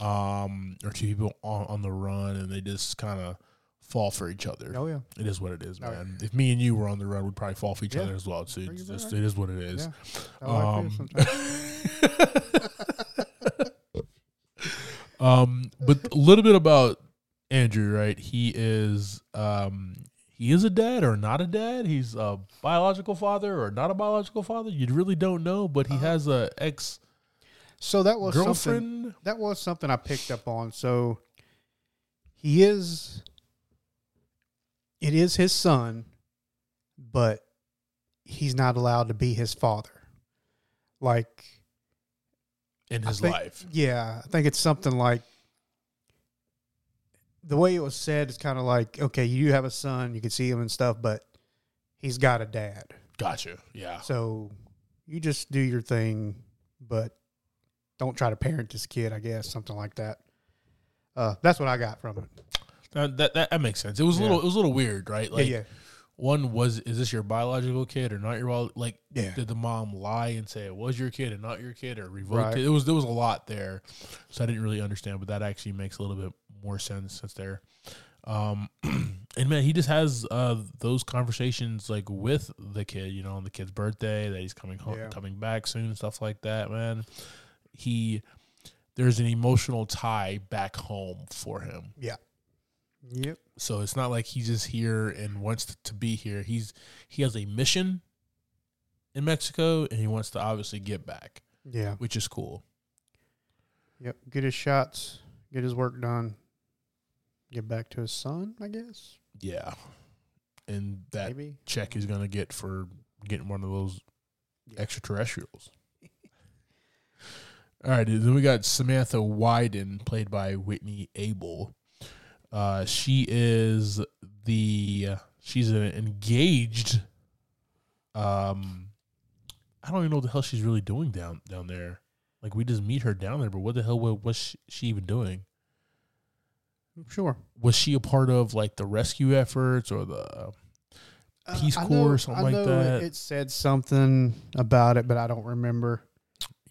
A: um, or two people on, on the run, and they just kind of fall for each other.
B: Oh yeah.
A: It is what it is,
B: Oh, yeah.
A: man. If me and you were on the run, we'd probably fall for each
B: Yeah.
A: other as well. Too.
B: Pretty
A: It's
B: much.
A: just, it is what it is.
B: Yeah. I like this
A: Um,
B: sometimes.
A: Um, but a little bit about Andrew, right? He is um he is a dad or not a dad. He's a biological father or not a biological father. You really don't know, but he has a ex
B: So that was Uh, something.
A: girlfriend.
B: That was something I picked up on. So he is. It is his son, but he's not allowed to be his father. Like
A: in
B: I
A: his
B: think-
A: life.
B: Yeah, I think it's something like the way it was said is kind of like, okay, you have a son, you can see him and stuff, but he's got a dad.
A: Gotcha. Yeah.
B: So you just do your thing, but don't try to parent this kid, I guess, something like that. Uh, that's what I got from it.
A: That, that that that makes sense. It was a
B: Yeah.
A: little it was a little weird, right? Like
B: yeah,
A: one was is this your biological kid or not your bio- like
B: Yeah.
A: did the mom lie and say it was your kid and not your kid or revoke
B: Right.
A: it? It was there was a lot there. So I didn't really understand, but that actually makes a little bit more sense since there. Um and man, he just has uh those conversations like with the kid, you know, on the kid's birthday, that he's coming home
B: Yeah.
A: coming back soon and stuff like that, man. He there's an emotional tie back home for him.
B: yeah, yeah. Yep.
A: So it's not like he's just here and wants t- to be here. He's he has a mission in Mexico and he wants to obviously get back,
B: Yeah.
A: which is cool.
B: Yep. Get his shots, get his work done, get back to his son, I guess.
A: Yeah. And that
B: Maybe.
A: check he's going to get for getting one of those extraterrestrials. All right, dude, then we got Samantha Wyden, played by Whitney Abel. Uh, she is the she's an engaged. Um, I don't even know what the hell she's really doing down down there. Like we just meet her down there, but what the hell wa- was she, she even doing?
B: Sure.
A: Was she a part of like the rescue efforts or the
B: Uh,
A: Peace
B: I
A: Corps or something like that.
B: It, it said something about it, but I don't remember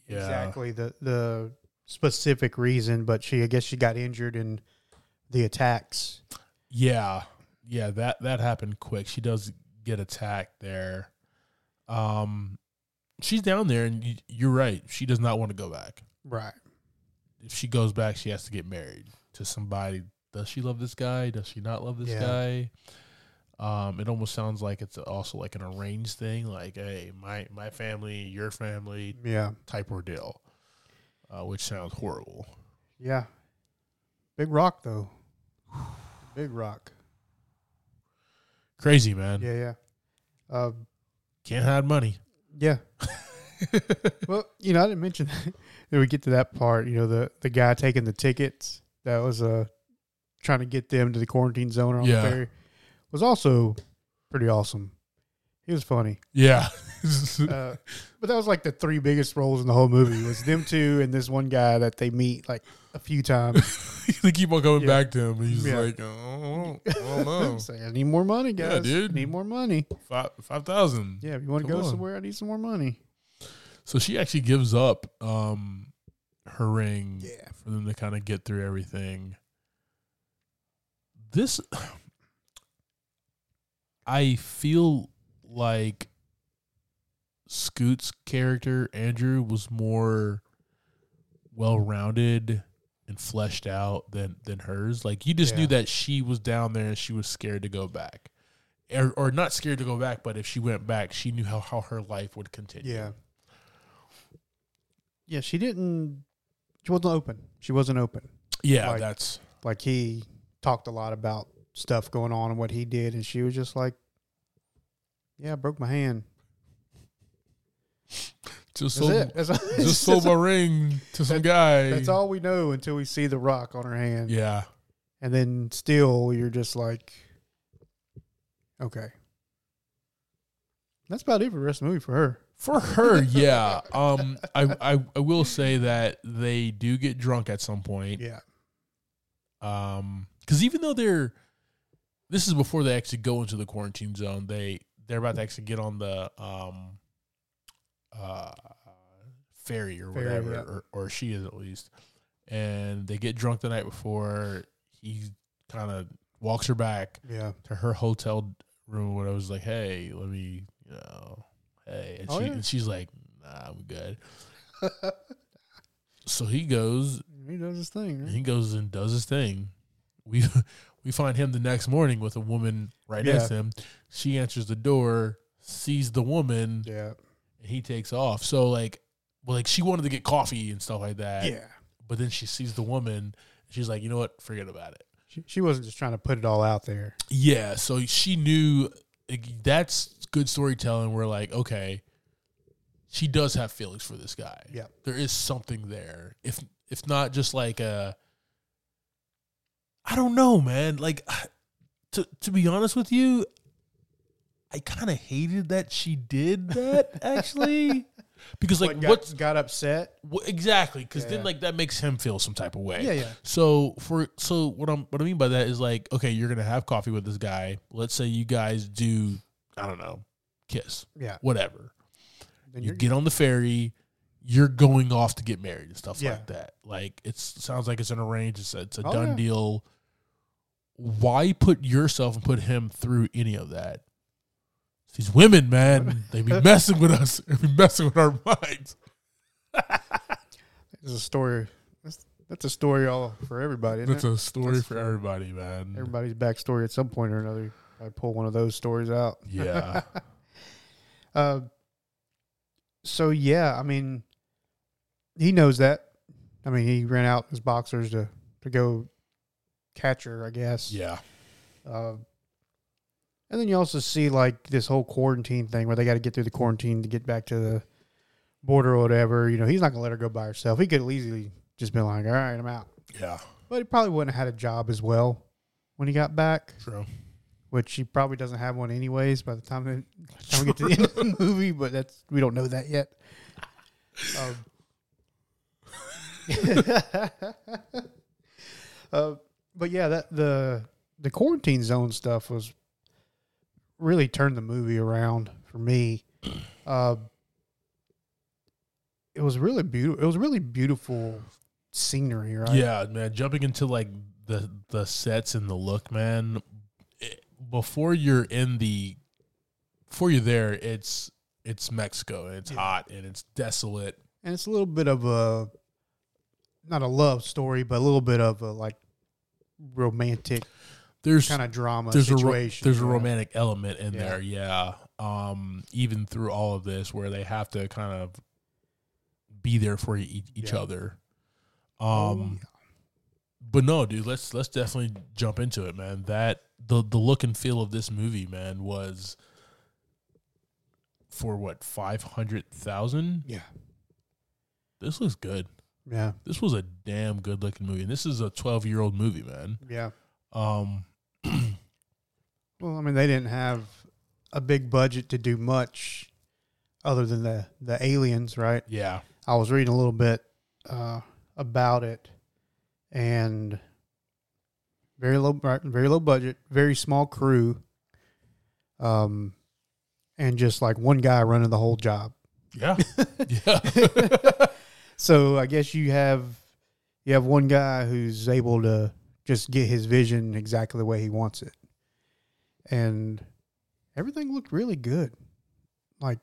A: yeah?
B: exactly the the specific reason. But she, I guess, she got injured in the attacks.
A: Yeah. Yeah, that that happened quick. She does get attacked there. Um she's down there and you, you're right. She does not want to go back.
B: Right.
A: If she goes back, she has to get married to somebody. Does she love this guy? Does she not love this
B: Yeah.
A: guy? Um it almost sounds like it's also like an arranged thing like hey, my my family, your family
B: Yeah.
A: type ordeal. Uh, which sounds horrible.
B: Yeah. Big rock though. Big rock.
A: Crazy, man.
B: Yeah. Yeah. Uh,
A: Can't hide money.
B: yeah. well, you know, I didn't mention that we get to that part. You know, the the guy taking the tickets. That was a trying to get them to the quarantine zone on
A: Yeah.
B: the ferry was also pretty awesome. He was funny.
A: Yeah.
B: Uh, but that was like the three biggest roles in the whole movie was them two and this one guy that they meet like a few times.
A: they keep on coming
B: Yeah.
A: back to him. and He's
B: Yeah.
A: like, oh, I don't know.
B: Say, I need more money, guys.
A: Yeah, dude.
B: I need more money.
A: Five five thousand.
B: Yeah, if you want to
A: Come
B: go
A: on.
B: somewhere, I need some more money.
A: So she actually gives up um her ring
B: Yeah.
A: for them to kind of get through everything. This I feel like Scoot's character, Andrew, was more well rounded and fleshed out than than hers. Like you just knew
B: Yeah.
A: that she was down there and she was scared to go back. Er, Or, or not scared to go back, but if she went back, she knew how, how her life would continue.
B: Yeah. Yeah, she didn't. She wasn't open. She wasn't open.
A: Yeah,
B: Like-
A: that's
B: Like he talked a lot about stuff going on and what he did, and she was just like, "Yeah, I broke my hand.
A: just
B: That's
A: so
B: it. That's,
A: just sold my ring to some guy.
B: that's all we know until we see the rock on her hand.
A: Yeah,
B: and then still you're just like, okay. That's about it for the rest of the movie for her.
A: for her. Yeah. Um, I, I I will say that they do get drunk at some point.
B: Yeah,
A: Um, because even though they're, this is before they actually go into the quarantine zone. They they're about to actually get on the um, uh, ferry or
B: Ferry,
A: whatever,
B: yeah.
A: or, or she is at least, and they get drunk the night before. He kind of walks her back.
B: yeah.
A: to her hotel room when I was like, "Hey, let me, you know, hey," and,
B: Oh,
A: she,
B: yeah.
A: and she's like, "Nah, I'm good." so he goes,
B: He does his thing. Right?
A: he goes and does his thing. We we find him the next morning with a woman right next to him. She answers the door, sees the woman,
B: Yeah,
A: and he takes off. So like, well, like she wanted to get coffee and stuff like that.
B: yeah.
A: But then she sees the woman. She's like, you know what? Forget about it.
B: She, she wasn't just trying to put it all out there.
A: Yeah, so she knew like, that's good storytelling. We're like, okay, she does have feelings for this guy.
B: Yeah.
A: there is something there. If if not just like a, I don't know, man. Like, to to be honest with you, I kind of hated that she did that actually, because like
B: got,
A: what's
B: got upset?
A: Wh- exactly, because then
B: Yeah.
A: like that makes him feel some type of way.
B: Yeah, yeah.
A: So for so what I'm what I mean by that is like okay, you're gonna have coffee with this guy. Let's say you guys do I don't know, kiss,
B: Yeah.
A: whatever.
B: Then
A: you
B: you're-
A: get on the ferry. You're going off to get married and stuff
B: Yeah.
A: like that. Like it sounds like it's an arranged. It's a, it's a
B: Oh,
A: done
B: yeah.
A: deal. Why put yourself and put him through any of that? These women, man, they be messing with us. They be messing with our minds.
B: This is a story. That's, that's a story all for everybody. Isn't
A: That's
B: it?
A: a story
B: That's
A: for
B: true.
A: everybody, man.
B: Everybody's backstory at some point or another. I pull one of those stories out.
A: Yeah.
B: Uh, so yeah, I mean, he knows that. I mean, he ran out his boxers to to go catch her, I guess.
A: yeah.
B: Uh, and then you also see like this whole quarantine thing where they got to get through the quarantine to get back to the border or whatever. You know, he's not gonna let her go by herself. He could easily just been like, "All right, I'm out."
A: Yeah.
B: But he probably wouldn't have had a job as well when he got back,
A: True.
B: which he probably doesn't have one anyways by the time, it, time we get to the end of the movie. But that's we don't know that yet. Um, Um, uh, but yeah, that the the quarantine zone stuff was really turned the movie around for me. Uh, it was really beautiful. It was really beautiful scenery, right?
A: Yeah, man. Jumping into like the the sets and the look, man. It, before you're in the, before you're there, it's it's Mexico and it's hot and it's desolate.
B: and it's a little bit of a not a love story, but a little bit of a like romantic
A: There's
B: kind of drama
A: there's
B: situation.
A: a ro- there's a
B: right?
A: romantic element in
B: Yeah.
A: there. Yeah. Um. Even through all of this, where they have to kind of be there for e- each
B: Yeah.
A: other. Um.
B: Oh, yeah.
A: but no, dude, let's let's definitely jump into it, man. That the the look and feel of this movie, man, was for what five hundred thousand.
B: yeah,
A: This looks good.
B: yeah,
A: This was a damn good looking movie, and this is a twelve year old movie, man.
B: yeah.
A: Um,
B: Well, I mean, they didn't have a big budget to do much other than the the aliens, right?
A: yeah,
B: I was reading a little bit uh, about it, and very low, right, very low budget, very small crew, um, and just like one guy running the whole job.
A: yeah, yeah,
B: So I guess you have you have one guy who's able to just get his vision exactly the way he wants it, and everything looked really good. Like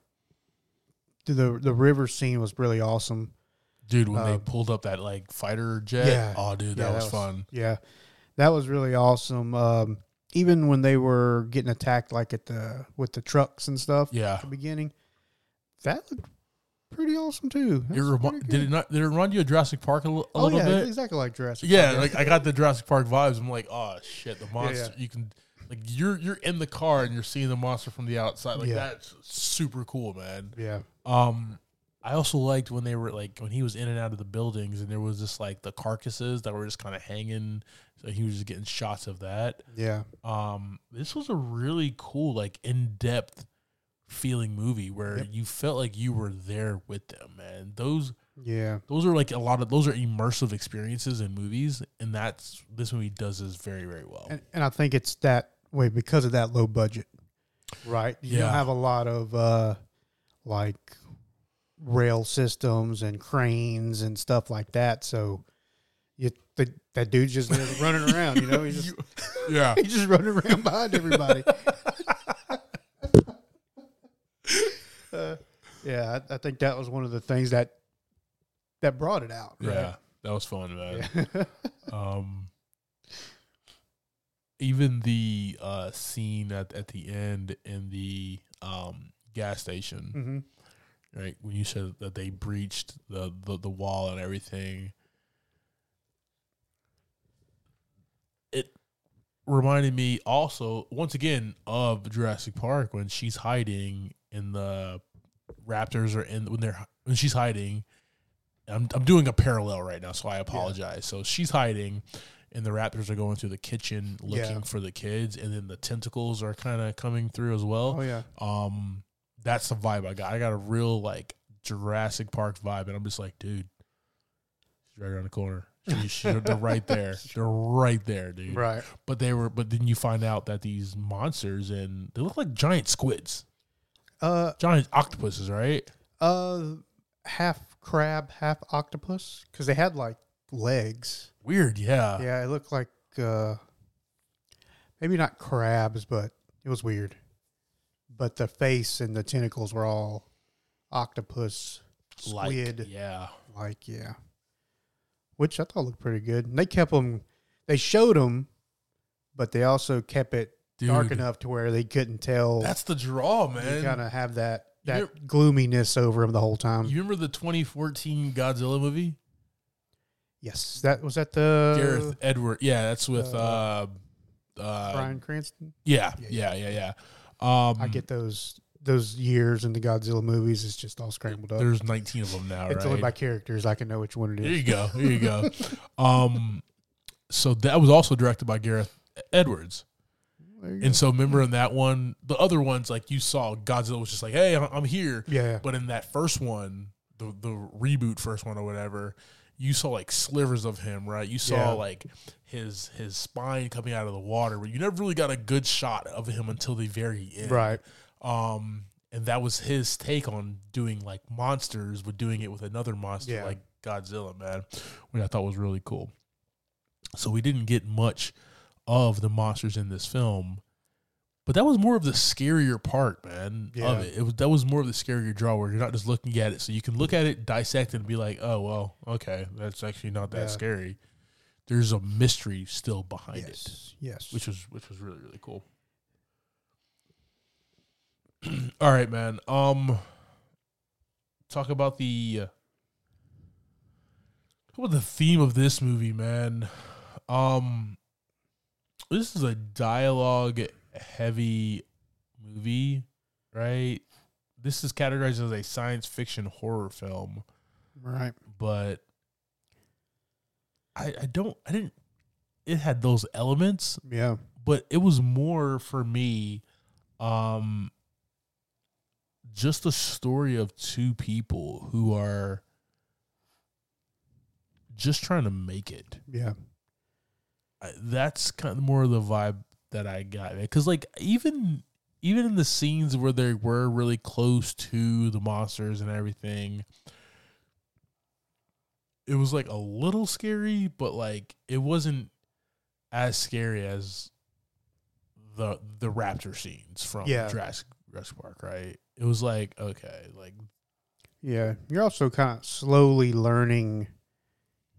B: the the river scene was really awesome.
A: dude. When they
B: Um,
A: pulled up that like fighter jet,
B: Yeah.
A: oh, dude, that,
B: Yeah,
A: was, fun.
B: Yeah, that was really awesome. Um, even when they were getting attacked, like at the with the trucks and stuff.
A: Yeah.
B: at the beginning, that looked pretty awesome too.
A: It remi- did it not? Did it remind you of Jurassic Park a li- a
B: oh
A: little
B: yeah,
A: bit?
B: exactly like Jurassic.
A: Yeah,
B: Park.
A: like I got the Jurassic Park vibes. I'm like, oh shit, the monster.
B: yeah.
A: You can like you're you're in the car and you're seeing the monster from the outside. Like
B: Yeah.
A: that's super cool, man.
B: yeah,
A: Um, I also liked when they were like when he was in and out of the buildings and there was just like the carcasses that were just kind of hanging. So he was just getting shots of that.
B: yeah.
A: Um, this was a really cool, like in depth feeling movie where you felt like you were there with them, man. Those
B: Yeah.
A: those are like a lot of those are immersive experiences in movies, and that's this movie does this very very well.
B: And, and I think it's that way because of that low budget. Right. You
A: Yeah.
B: don't have a lot of uh like rail systems and cranes and stuff like that. So you the, that dude's just there running around, you know, he's just
A: yeah,
B: he's just running around behind everybody. Uh, yeah, I, I think that was one of the things that that brought it out.
A: yeah,
B: Right?
A: that was fun, man.
B: Yeah.
A: Um, even the uh, scene at at the end in the um, gas station,
B: Mhm.
A: right? When you said that they breached the the, the wall and everything, it reminded me also once again of Jurassic Park when she's hiding in the raptors are in when they're when she's hiding. I'm I'm doing a parallel right now, so I apologize. So she's hiding. And the raptors are going through the kitchen looking
B: Yeah.
A: for the kids, and then the tentacles are kind of coming through as well
B: Oh yeah.
A: um that's the vibe I got. I got a real like Jurassic Park vibe, and I'm just like, dude, she's right around the corner. She, she, they're right there. They're right there, dude.
B: Right.
A: But they were. But then you find out that these monsters and they look like giant squids,
B: Uh
A: giant octopuses, right?
B: Uh, half crab, half octopus, because they had like legs.
A: Weird, yeah.
B: yeah, it looked like uh, maybe not crabs, but it was weird. But the face and the tentacles were all octopus,
A: Like,
B: squid, like,
A: yeah,
B: yeah. Which I thought looked pretty good. And they kept them. They showed them, but they also kept it dark
A: Dude.
B: enough to where they couldn't tell.
A: that's the draw,
B: you
A: man.
B: kind of have that
A: You
B: that gloominess over them the whole time.
A: you remember the 2014 Godzilla movie?
B: Yes, that was at the
A: Gareth Edward, yeah, that's with uh,
B: uh,
A: uh,
B: Brian Cranston.
A: Yeah, yeah,
B: Yeah,
A: yeah, yeah. Um,
B: I get those those years in the Godzilla movies. It's just all scrambled up.
A: There's 19 of them now,
B: it's
A: right?
B: only by characters. I can know which one it
A: there
B: is.
A: you go. There you go. um, so that was also directed by Gareth Edwards.
B: There you go.
A: And so remember in that one, the other ones like you saw Godzilla was just like, "Hey, I'm I'm here."
B: Yeah.
A: But in that first one, the the reboot first one or whatever, you saw like slivers of him, right? You saw
B: Yeah.
A: like his his spine coming out of the water, but you never really got a good shot of him until the very end.
B: Right.
A: Um, and that was his take on doing like monsters, but doing it with another monster
B: Yeah.
A: like Godzilla, man, which I thought was really cool. So we didn't get much of the monsters in this film, but that was more of the scarier part, man,
B: Yeah.
A: of it. it was, that was more of the scarier draw where you're not just looking at it. So you can look at it, dissect it, and be like, oh, well, okay, that's actually not that
B: Yeah.
A: scary. There's a mystery still behind it
B: Yes. Yes.
A: which was which was really really cool. All right, man. Um, talk about the talk about the theme of this movie, man. Um, this is a dialogue heavy movie, right? This is categorized as a science fiction horror film
B: right.
A: but I, I don't I didn't it had those elements,
B: Yeah.
A: but it was more for me um just a story of two people who are just trying to make it.
B: Yeah.
A: I- that's kind of more of the vibe that I got because like even even in the scenes where they were really close to the monsters and everything it was like a little scary but like it wasn't as scary as the the raptor scenes from
B: Yeah.
A: Jurassic, Jurassic Park right it was like okay like
B: Yeah. You're also kind of slowly learning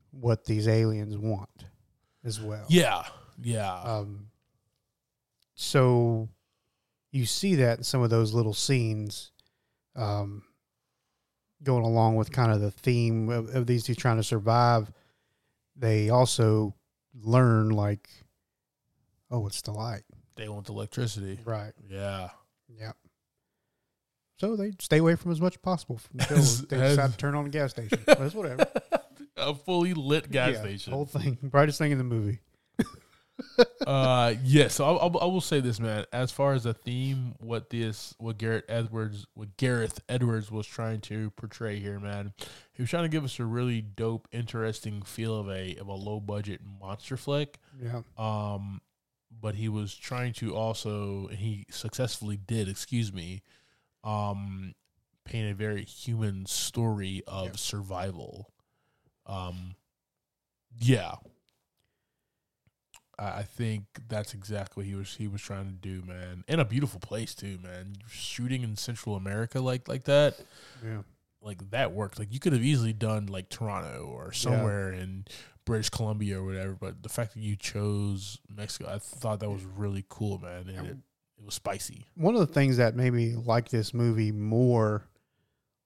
B: what these aliens want as well.
A: yeah yeah
B: Um, so you see that in some of those little scenes, um, going along with kind of the theme of, of these two trying to survive. They also learn like, oh, it's the light,
A: they want the electricity
B: right?
A: yeah
B: Yeah. So they stay away from as much as possible until
A: As-
B: they
A: as-
B: decide to turn on the gas station. But it's whatever.
A: a fully lit gas
B: Yeah,
A: station
B: Whole thing, brightest thing in the movie.
A: uh yes so I, I, I will say this man as far as the theme what this what garrett edwards what gareth edwards was trying to portray here man he was trying to give us a really dope interesting feel of a of a low budget monster flick
B: Yeah.
A: um but he was trying to also and he successfully did excuse me um paint a very human story of
B: Yeah.
A: survival um yeah I I think that's exactly what he was he was trying to do, man. In a beautiful place too, man. Shooting in Central America like like that,
B: Yeah.
A: like that worked. Like you could have easily done like Toronto or somewhere in British Columbia or whatever, but the fact that you chose Mexico, I thought that was really cool, man. And it, it was spicy.
B: one of the things that made me like this movie more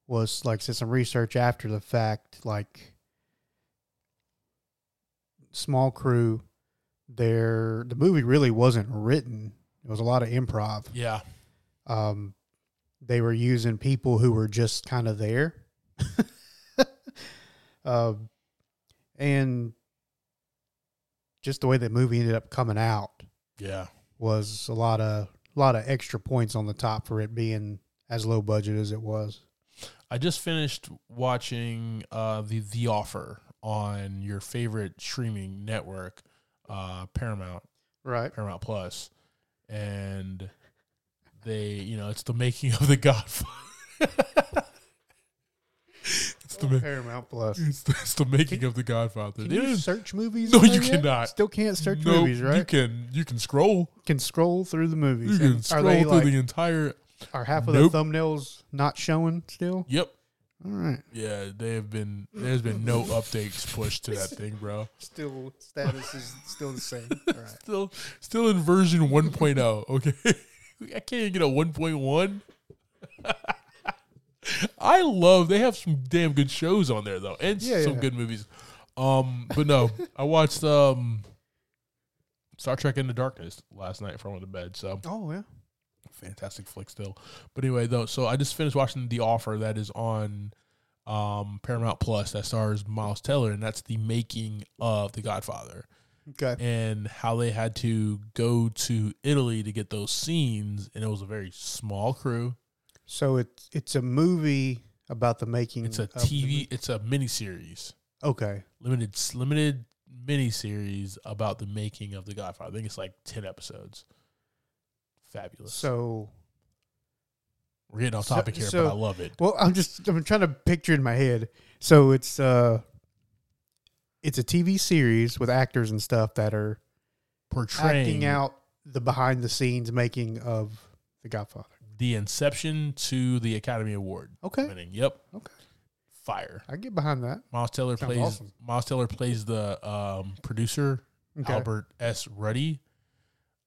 B: was like did some research after the fact like small crew there the movie really wasn't written it was a lot of improv
A: Yeah.
B: um they were using people who were just kind of there um and just the way that movie ended up coming out
A: Yeah.
B: was a lot of a lot of extra points on the top for it being as low budget as it was.
A: I just finished watching uh the The Offer on your favorite streaming network, uh Paramount.
B: Right.
A: Paramount Plus, and they, you know, it's the making of the Godfather. it's the ma-
B: Paramount Plus.
A: it's the, it's the making of the Godfather.
B: Can
A: They
B: you
A: didn't-
B: search movies?
A: No,
B: on
A: you
B: there
A: cannot.
B: Still can't search
A: Nope,
B: movies, right?
A: You can you can scroll.
B: can scroll through the movies.
A: You can
B: And
A: scroll
B: are they
A: through
B: like,
A: the entire.
B: are half of
A: Nope.
B: the thumbnails not showing still?
A: Yep.
B: All right.
A: Yeah, they have been. There's been no updates pushed to that thing, bro.
B: Still status is still the same. All right.
A: Still, still in version 1.0. Okay, I can't even get a 1.1. I love. They have some damn good shows on there though, and
B: Yeah,
A: some
B: yeah.
A: good movies. Um, but no, I watched um Star Trek Into Darkness last night before I went to bed. So
B: Oh yeah.
A: fantastic flick still. But anyway, though, so I just finished watching The Offer that is on um Paramount Plus that stars Miles Teller, and that's the making of The Godfather
B: Okay.
A: and how they had to go to Italy to get those scenes, and it was a very small crew.
B: So it's it's a movie about the making.
A: It's a
B: of the
A: TV,
B: mo-
A: it's a miniseries,
B: Okay.
A: limited limited miniseries about the making of The Godfather. I think it's like ten episodes. Fabulous.
B: So
A: We're getting off
B: so-
A: topic here,
B: so-
A: but I love it.
B: Well, I'm just I'm trying to picture in my head. So it's uh it's a TV series with actors and stuff that are
A: Portraying
B: acting out the behind the scenes making of The Godfather.
A: the Inception to the Academy Award
B: Okay.
A: winning. Yep.
B: Okay.
A: Fire.
B: I get behind that.
A: Miles Teller
B: Sounds
A: plays
B: awesome.
A: Miles Teller plays the um, producer
B: Okay.
A: Albert S. Ruddy.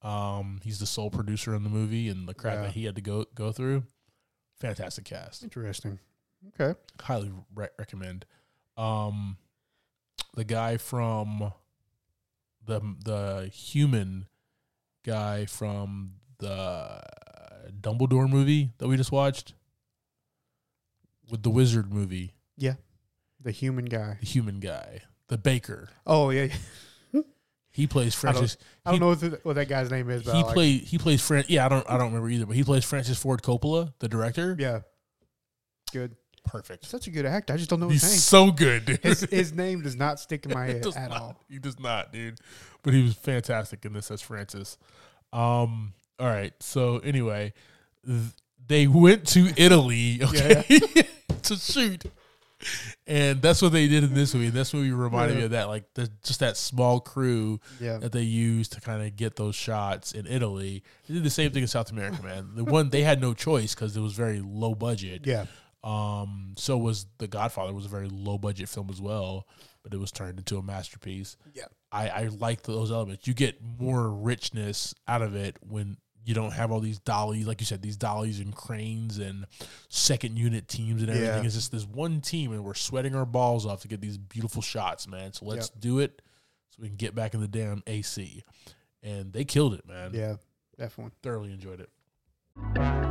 A: Um, he's the sole producer in the movie and the crap
B: Yeah.
A: that he had to go go through. Fantastic cast.
B: Interesting. Okay.
A: Highly re- recommend. Um, the guy from the the human guy from the Dumbledore movie that we just watched with the wizard movie,
B: The human guy.
A: the human guy, the baker.
B: Oh yeah.
A: He plays Francis.
B: I don't
A: he-
B: know what, the, what that guy's name is, but
A: he
B: I like-
A: played he plays Fran yeah, I don't I don't remember either, but he plays Francis Ford Coppola, the director.
B: Yeah, good.
A: Perfect.
B: Such a good actor. I just don't know his
A: He's
B: name.
A: so good, dude.
B: his, his name does not stick in my
A: It
B: head
A: does
B: at
A: not.
B: all.
A: He does not, dude. But he was fantastic in this as Francis. Um, all right. So anyway, th- they went to Italy, okay, to shoot. And that's what they did in this movie. That's what we reminded me
B: Yeah.
A: of that, like the, just that small crew
B: Yeah.
A: that they used to kind of get those shots in Italy. They did the same thing in South America, man. The one they had no choice because it was very low budget.
B: Yeah.
A: Um, so was The Godfather was a very low budget film as well, but it was turned into a masterpiece.
B: Yeah.
A: I, I like those elements. You get more richness out of it when you don't have all these dollies, like you said, these dollies and cranes and second unit teams and everything.
B: Yeah.
A: It's just this one team, and we're sweating our balls off to get these beautiful shots, man. So let's do it so we can get back in the damn AC. And they killed it, man.
B: Yeah. Definitely.
A: Thoroughly enjoyed it.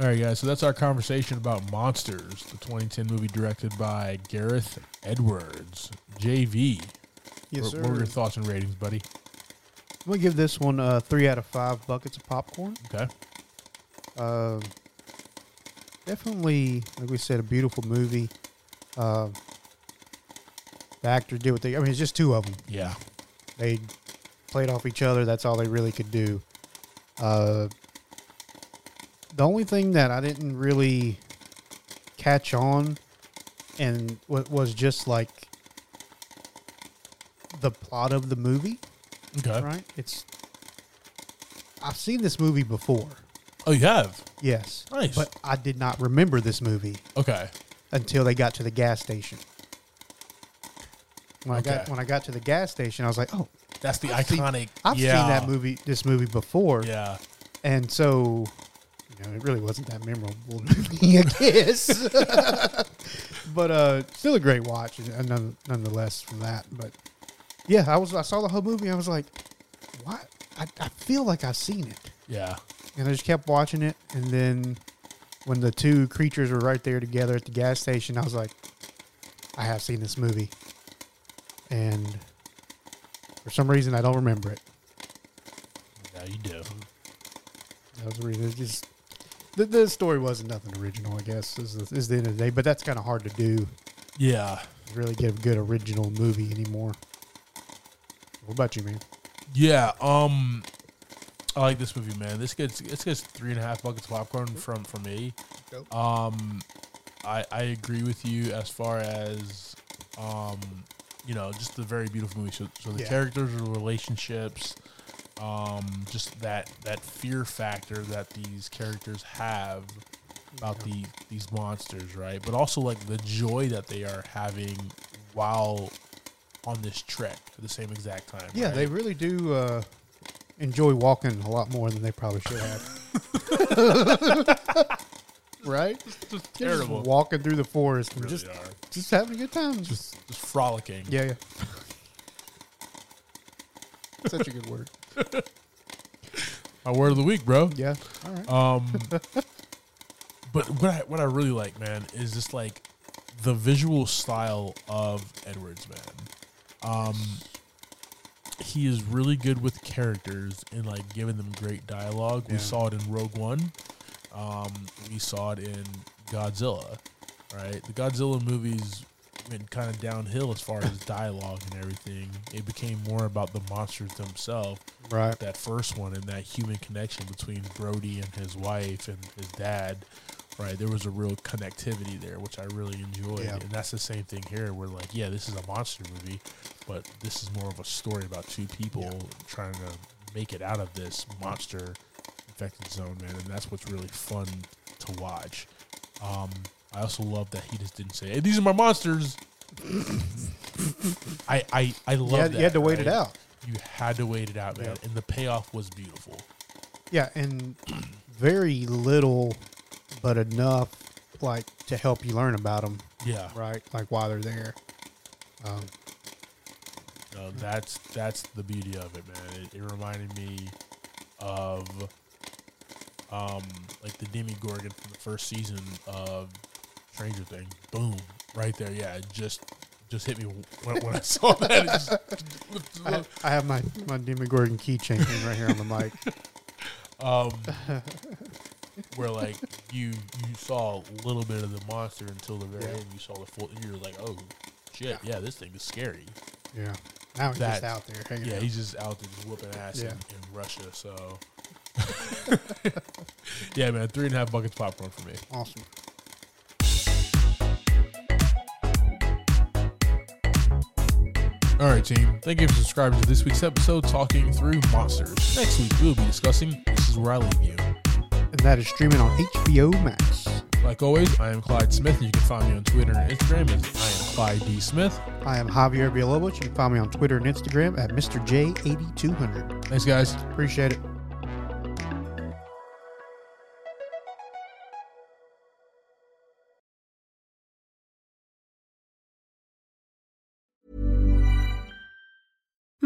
A: All right, guys. So that's our conversation about Monsters, the 2010 movie directed by Gareth Edwards, JV.
B: Yes,
A: what,
B: sir.
A: what were your thoughts and ratings, buddy?
B: I'm gonna give this one uh, three out of five buckets of popcorn.
A: Okay.
B: Uh, definitely, like we said, a beautiful movie. Uh, the actor did what they. I mean, it's just two of them.
A: Yeah.
B: They played off each other. That's all they really could do. Uh, the only thing that I didn't really catch on and wa- was just like the plot of the movie,
A: Okay.
B: right? It's I've seen this movie before.
A: Oh, you have?
B: Yes.
A: Nice.
B: But I did not remember this movie
A: Okay.
B: until they got to the gas station. When I got
A: Okay.
B: when I got to the gas station, I was like, "Oh,
A: That's the
B: I've seen-
A: iconic.
B: I've
A: yeah.
B: seen that movie, this movie before."
A: Yeah.
B: And so, you know, it really wasn't that memorable movie, I guess. but uh, still a great watch, and none- nonetheless, from that. But yeah, I was I saw the whole movie. I was like, "What? I, I feel like I've seen it."
A: Yeah.
B: and I just kept watching it. And then when the two creatures were right there together at the gas station, I was like, I have seen this movie. And for some reason, I don't remember it.
A: Yeah, you do.
B: That was the reason. It's just the, the story wasn't nothing original, I guess, is the, is the end of the day. But that's kind of hard to do.
A: Yeah.
B: Really get a good original movie anymore. What about you, man?
A: Yeah, um, I like this movie, man. This gets this gets three and a half buckets of popcorn from from me.
B: Dope.
A: Um, I I agree with you as far as um, you know, just the very beautiful movie. So, so the
B: Yeah.
A: characters, the relationships, um, just that that fear factor that these characters have about the these monsters, right? But also like the joy that they are having while on this trek at the same exact time.
B: Yeah,
A: right?
B: they really do uh, enjoy walking a lot more than they probably should have. right?
A: just
B: They're just
A: terrible.
B: walking through the forest and
A: Really
B: just
A: are.
B: just having a good time.
A: Just, just frolicking.
B: yeah, yeah. Such a good word.
A: My word of the week, bro.
B: Yeah. All right.
A: Um, but what I what I really like, man, is just like the visual style of Edwards, man. Um, he is really good with characters and like giving them great dialogue. We
B: Yeah.
A: saw it in Rogue One. Um, we saw it in Godzilla. Right, the Godzilla movies went kind of downhill as far as dialogue and everything. It became more about the monsters themselves
B: right.
A: that first one and that human connection between Brody and his wife and his dad, right? There was a real connectivity there, which I really enjoyed.
B: Yeah.
A: And that's the same thing here. We're like, yeah, this is a monster movie, but this is more of a story about two people trying to make it out of this monster infected zone, man. And that's what's really fun to watch. Um, I also love that he just didn't say, hey, these are my monsters. I, I, I love
B: You had,
A: that.
B: you had to wait it
A: right?
B: out.
A: you had to wait it out, man.
B: Yep.
A: And the payoff was beautiful.
B: Yeah, and very little, but enough, like to help you learn about them.
A: Yeah,
B: Right. Like why they're there. Um,
A: No, Uh, that's that's the beauty of it, man. It, it reminded me of um like the Demi Gorgon from the first season of Stranger Things. Boom, Right there, yeah. It just just hit me when, when I saw that. It just-
B: I have, I have my my Demogorgon keychain thing right here on the mic.
A: um, where like you you saw a little bit of the monster until the very end. You saw the full. You're like, oh shit, yeah, this thing is scary.
B: Yeah, now he's
A: That-
B: just out there. Hanging
A: Yeah,
B: out.
A: he's just out there just whooping ass
B: Yeah.
A: in, in Russia. So, yeah, man, three and a half buckets popcorn for me.
B: awesome.
A: All right, team. Thank you for subscribing to this week's episode, talking through monsters. Next week we will be discussing. This is where I leave you.
B: And that is streaming on HBO Max.
A: Like always, I am Clyde Smith, and you can find me on Twitter and Instagram as I am Clyde D Smith.
B: I am Javier Villalobos. You can find me on Twitter and Instagram at Mr. J8200.
A: Thanks, guys.
B: Appreciate it.